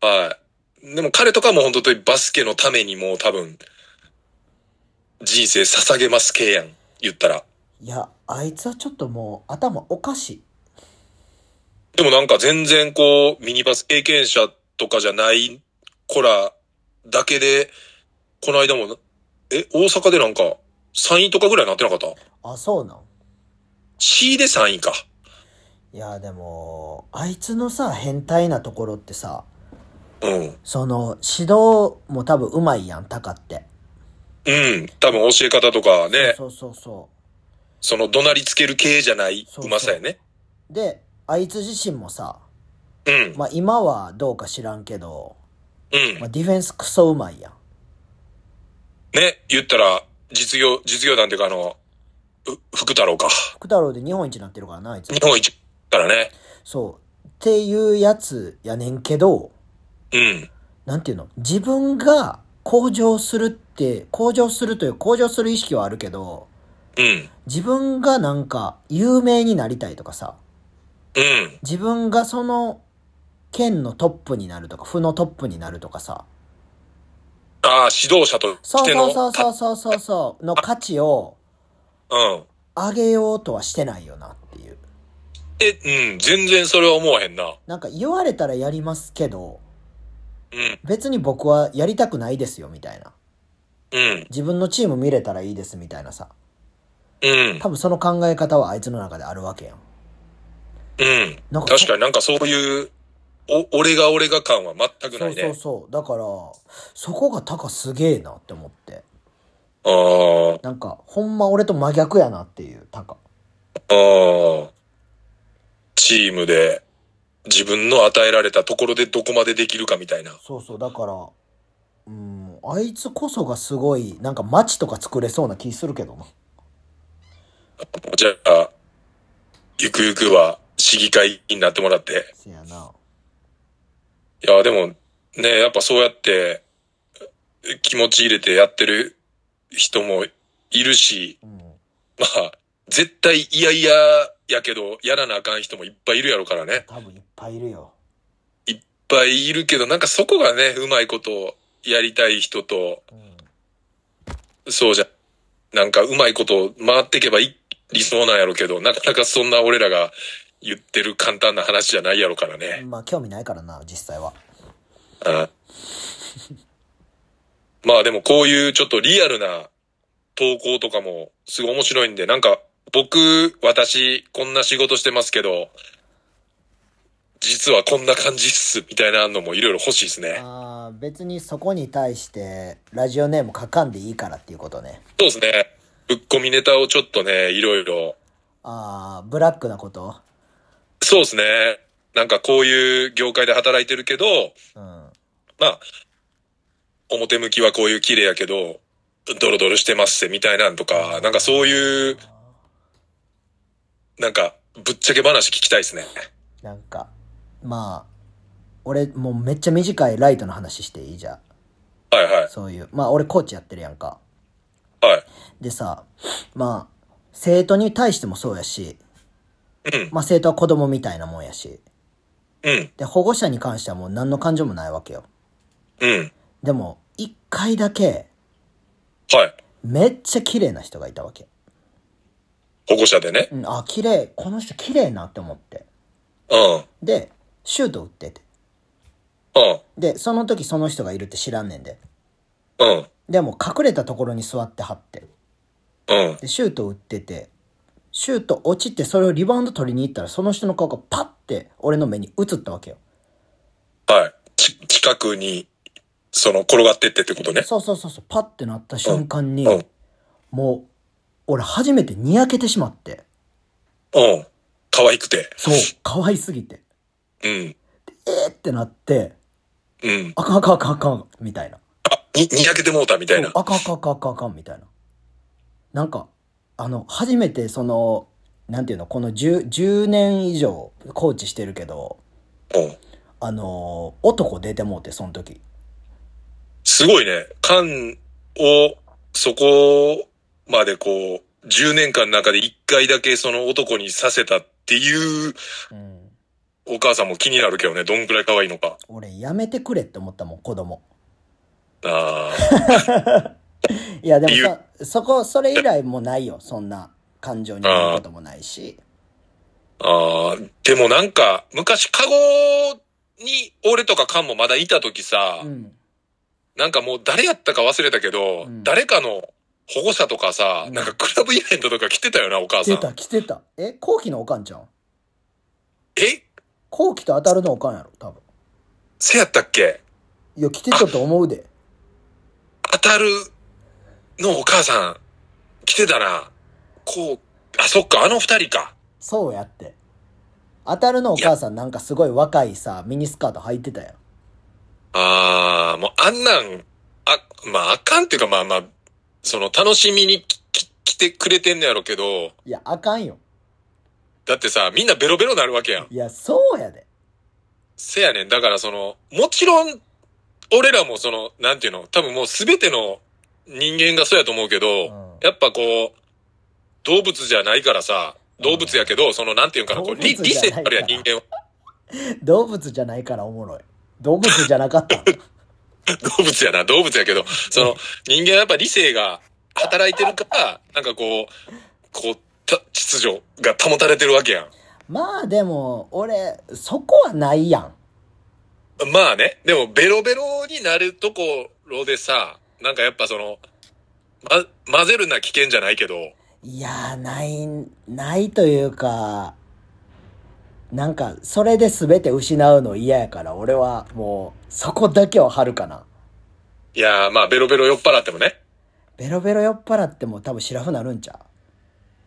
Speaker 2: はい。でも彼とかも本当にバスケのためにもう多分、人生捧げます系やん、言ったら。
Speaker 3: いや、あいつはちょっともう頭おかしい。
Speaker 2: でもなんか全然こう、ミニバス経験者とかじゃない子らだけで、この間も、え、大阪でなんか、 3位とかぐらいなってなかった
Speaker 3: あ、そうなん
Speaker 2: ?C で3位か。
Speaker 3: いや、でも、あいつのさ、変態なところってさ、
Speaker 2: うん。
Speaker 3: その、指導も多分うまいやん、タカって。
Speaker 2: うん。多分教え方とかね、
Speaker 3: そうそうそ
Speaker 2: その怒鳴りつける系じゃない
Speaker 3: そうそう
Speaker 2: うまさやね。
Speaker 3: う。で、あいつ自身もさ、
Speaker 2: うん。
Speaker 3: まあ今はどうか知らんけど、
Speaker 2: うん
Speaker 3: まあ、。ディフェンスクソうまいやん。
Speaker 2: ね、言ったら、実業、実業団っていうかあの、う福太郎か。
Speaker 3: 福太郎で日本一になってるからな、あいつ
Speaker 2: 日。本一からね。
Speaker 3: そう。っていうやつやねんけど、
Speaker 2: うん。
Speaker 3: なんていうの自分が向上するって、向上するという、向上する意識はあるけど、
Speaker 2: うん。
Speaker 3: 自分がなんか有名になりたいとかさ、
Speaker 2: うん。
Speaker 3: 自分がその県のトップになるとか、府のトップになるとかさ、
Speaker 2: ああ、指導者と
Speaker 3: そ
Speaker 2: し
Speaker 3: う
Speaker 2: て
Speaker 3: そ
Speaker 2: の。
Speaker 3: うそうそうそうそうそう、の価値を
Speaker 2: うん。
Speaker 3: 上げようとはしてないよなっていう。
Speaker 2: え、うん。全然それは思わへんな。
Speaker 3: なんか言われたらやりますけど、
Speaker 2: うん。
Speaker 3: 別に僕はやりたくないですよみたいな。
Speaker 2: うん。
Speaker 3: 自分のチーム見れたらいいですみたいなさ。
Speaker 2: うん。
Speaker 3: 多分その考え方はあいつの中であるわけやん。
Speaker 2: うん。
Speaker 3: なんか
Speaker 2: 確かになんかそういう、お、俺が俺が感は全く
Speaker 3: そ
Speaker 2: な
Speaker 3: う
Speaker 2: い
Speaker 3: そう
Speaker 2: ね。
Speaker 3: そう。だから、そこがタカすげえなって思って。
Speaker 2: あ
Speaker 3: なんか、ほんま俺と真逆やなっていう、タカ。
Speaker 2: あ、ああ。チームで自分の与えられたところでどこまでできるかみたいな。
Speaker 3: そうそう、だから、うん、あいつこそがすごい、なんか街とか作れそうな気するけどな。
Speaker 2: じゃあ、ゆくゆくは市議会になってもらって。
Speaker 3: せやな。
Speaker 2: いや、でも、ね、やっぱそうやって、気持ち入れてやってる人もいるし、
Speaker 3: うん。
Speaker 2: まあ、絶対嫌々やけど、やらなあかん人もいっぱいいるやろからね。
Speaker 3: 多分いっぱいいるよ。
Speaker 2: いっぱいいるけど、なんかそこがね、うまいことをやりたい人と、
Speaker 3: うん。
Speaker 2: そうじゃ、なんかうまいことを回っていけばい理想なんやろけど、なかなかそんな俺らが言ってる簡単な話じゃないやろからね。
Speaker 3: まあ興味ないからな、実際は。
Speaker 2: うんまあでもこういうちょっとリアルな投稿とかもすごい面白いんで、なんか僕、私、こんな仕事してますけど、実はこんな感じっす、みたいなのもいろいろ欲しいですね。
Speaker 3: あー別にそこに対して、ラジオネーム書かんでいいからっていうことね。
Speaker 2: そうですね。ぶっこみネタをちょっとね、いろいろ。
Speaker 3: あーブラックなこと
Speaker 2: そうですね。なんかこういう業界で働いてるけど、
Speaker 3: うん。
Speaker 2: まあ、表向きはこういう綺麗やけど、ドロドロしてますせ、みたいなんとか、なんかそういう、なんか、ぶっちゃけ話聞きたいですね。
Speaker 3: なんか、まあ、俺、もうめっちゃ短いライトの話していいじゃん。
Speaker 2: はいはい。
Speaker 3: そういう。まあ俺コーチやってるやんか。
Speaker 2: はい。
Speaker 3: でさ、まあ、生徒に対してもそうやし、
Speaker 2: うん、
Speaker 3: まあ生徒は子供みたいなもんやし、
Speaker 2: うん、
Speaker 3: で、保護者に関してはもう何の感情もないわけよ。
Speaker 2: うん。
Speaker 3: でも、一回だけ、
Speaker 2: はい。
Speaker 3: めっちゃ綺麗な人がいたわけ。
Speaker 2: 保護者でね。
Speaker 3: うん、あ、綺麗、この人綺麗なって思って。
Speaker 2: うん、
Speaker 3: で、シュート打ってて。
Speaker 2: うん、
Speaker 3: で、その時その人がいるって知らんねんで。
Speaker 2: うん、
Speaker 3: でも隠れたところに座ってはって。
Speaker 2: うん。
Speaker 3: で、シュート打ってて、シュート落ちてそれをリバウンド取りに行ったら、その人の顔がパッて俺の目に映ったわけよ。
Speaker 2: はい。ち、近くに、その、転がってってってことね。
Speaker 3: そうそうそうそう、パッてなった瞬間に、
Speaker 2: うん、
Speaker 3: もう、俺初めてにやけてしまって。
Speaker 2: うん。可愛くて。
Speaker 3: そう、可愛すぎて。
Speaker 2: うん、
Speaker 3: えーってなって、
Speaker 2: うん。
Speaker 3: あかんあかんあかんあかん、みたいな。
Speaker 2: あ、に、にやけてもうたみたいな。
Speaker 3: あかんあかんあかんあかんあかんみたいな。なんか、あの、初めてその、なんていうの、この 10, 10年以上コーチしてるけど、
Speaker 2: うん。
Speaker 3: あのー男出てもうて、その時。
Speaker 2: すごいね。缶を、そこまでこう、10年間の中で1回だけその男にさせたっていう
Speaker 3: うん。
Speaker 2: お母さんも気になるけどね。どんくらい可愛いのか。
Speaker 3: 俺、やめてくれって思ったもん、子供。
Speaker 2: あ
Speaker 3: いや、で
Speaker 2: 理
Speaker 3: もさ、
Speaker 2: 由
Speaker 3: そこ、それ以来もないよ、そんな感情になることもないし。
Speaker 2: あ、ああ、でもなんか、昔、カゴに、俺とか缶もまだいた時さ、
Speaker 3: うん。
Speaker 2: なんかもう誰やったか忘れたけど、
Speaker 3: うん
Speaker 2: 誰かの保護者とかさ、なんかクラブイベントとか来てたよな、お母
Speaker 3: 来
Speaker 2: さ
Speaker 3: て
Speaker 2: ん。
Speaker 3: た、来てた。え後期のおかんちゃん
Speaker 2: え
Speaker 3: 後期と当たるのおかんやろ、多分。
Speaker 2: せやったっけ
Speaker 3: いや、来てたと思うで。
Speaker 2: 当たるのお母さん、来てたな。こう、あ、そっか、あの二人か。
Speaker 3: そうやって。当たるのお母さんなんかすごい若いさ、ミニスカート履いてたやん。
Speaker 2: あー、もうあんなん、あ、まああかんっていうかまあまあ、その楽しみにきき来てくれてんのやろうけど、
Speaker 3: いや、あかんよ。
Speaker 2: だってさ、みんなベロベロなるわけやん。
Speaker 3: いや、そうやで。
Speaker 2: せやねん。だからその、もちろん、俺らもその、なんていうの、多分もうすべての人間がそうやと思うけど、
Speaker 3: うん
Speaker 2: やっぱこう、動物じゃないからさ、動物やけど、その、なんていうんかな、こう、理
Speaker 3: 動
Speaker 2: 理
Speaker 3: 物じゃな
Speaker 2: 性
Speaker 3: いから
Speaker 2: あるやん、人間は。
Speaker 3: 動物じゃないからおもろい。動物じゃなか った。
Speaker 2: 動物やな、動物やけど、その、人間はやっぱ理性が働いてるから、なんかこう、こう、た秩序が保たれてるわけやん。
Speaker 3: まあでも、俺、そこはないやん。
Speaker 2: まあね、でもベロベロになるところでさ、なんかやっぱその、ま、混ぜるな危険じゃないけど、
Speaker 3: いやー、ない、ないというか、なんか、それで全て失うの嫌やから、俺はもう、そこだけは張るかな。
Speaker 2: いやーまあベロベロ酔っ払ってもね、
Speaker 3: ベロベロ酔っ払っても多分シラフなるんちゃ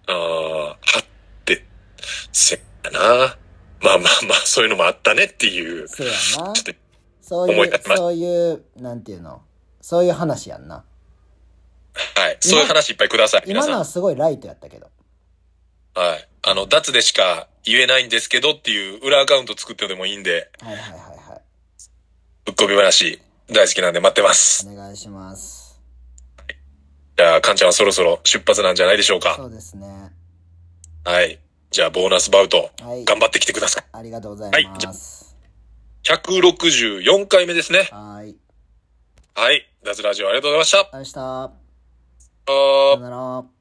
Speaker 2: あー、はって、せやな。まあまあまあ、そういうのもあったねっていう
Speaker 3: う。そうやな
Speaker 2: ちょっ。と、
Speaker 3: そうい
Speaker 2: 思いう出し、ました
Speaker 3: そういう、なんていうの。そういう話やんな。
Speaker 2: はい。そういう話いっぱいください、皆
Speaker 3: 今の
Speaker 2: さ
Speaker 3: は
Speaker 2: ん。
Speaker 3: すごいライトやったけど。
Speaker 2: はい。あの、脱でしか言えないんですけどっていう裏アカウント作ってでもいいんで、
Speaker 3: はいはいはいはい。
Speaker 2: ぶっこび話大好きなんで待ってます。
Speaker 3: お願いします。
Speaker 2: じゃあ、かんちゃんはそろそろ出発なんじゃないでしょうか。
Speaker 3: そうですね。
Speaker 2: はい。じゃあ、ボーナスバウト、
Speaker 3: はい
Speaker 2: 頑張ってきてください。
Speaker 3: ありがとうございます。
Speaker 2: 164回目ですね。
Speaker 3: はーい。
Speaker 2: はい。脱ラジオありがとうございました。
Speaker 3: ありがとうございました。
Speaker 2: あー
Speaker 3: さよなら。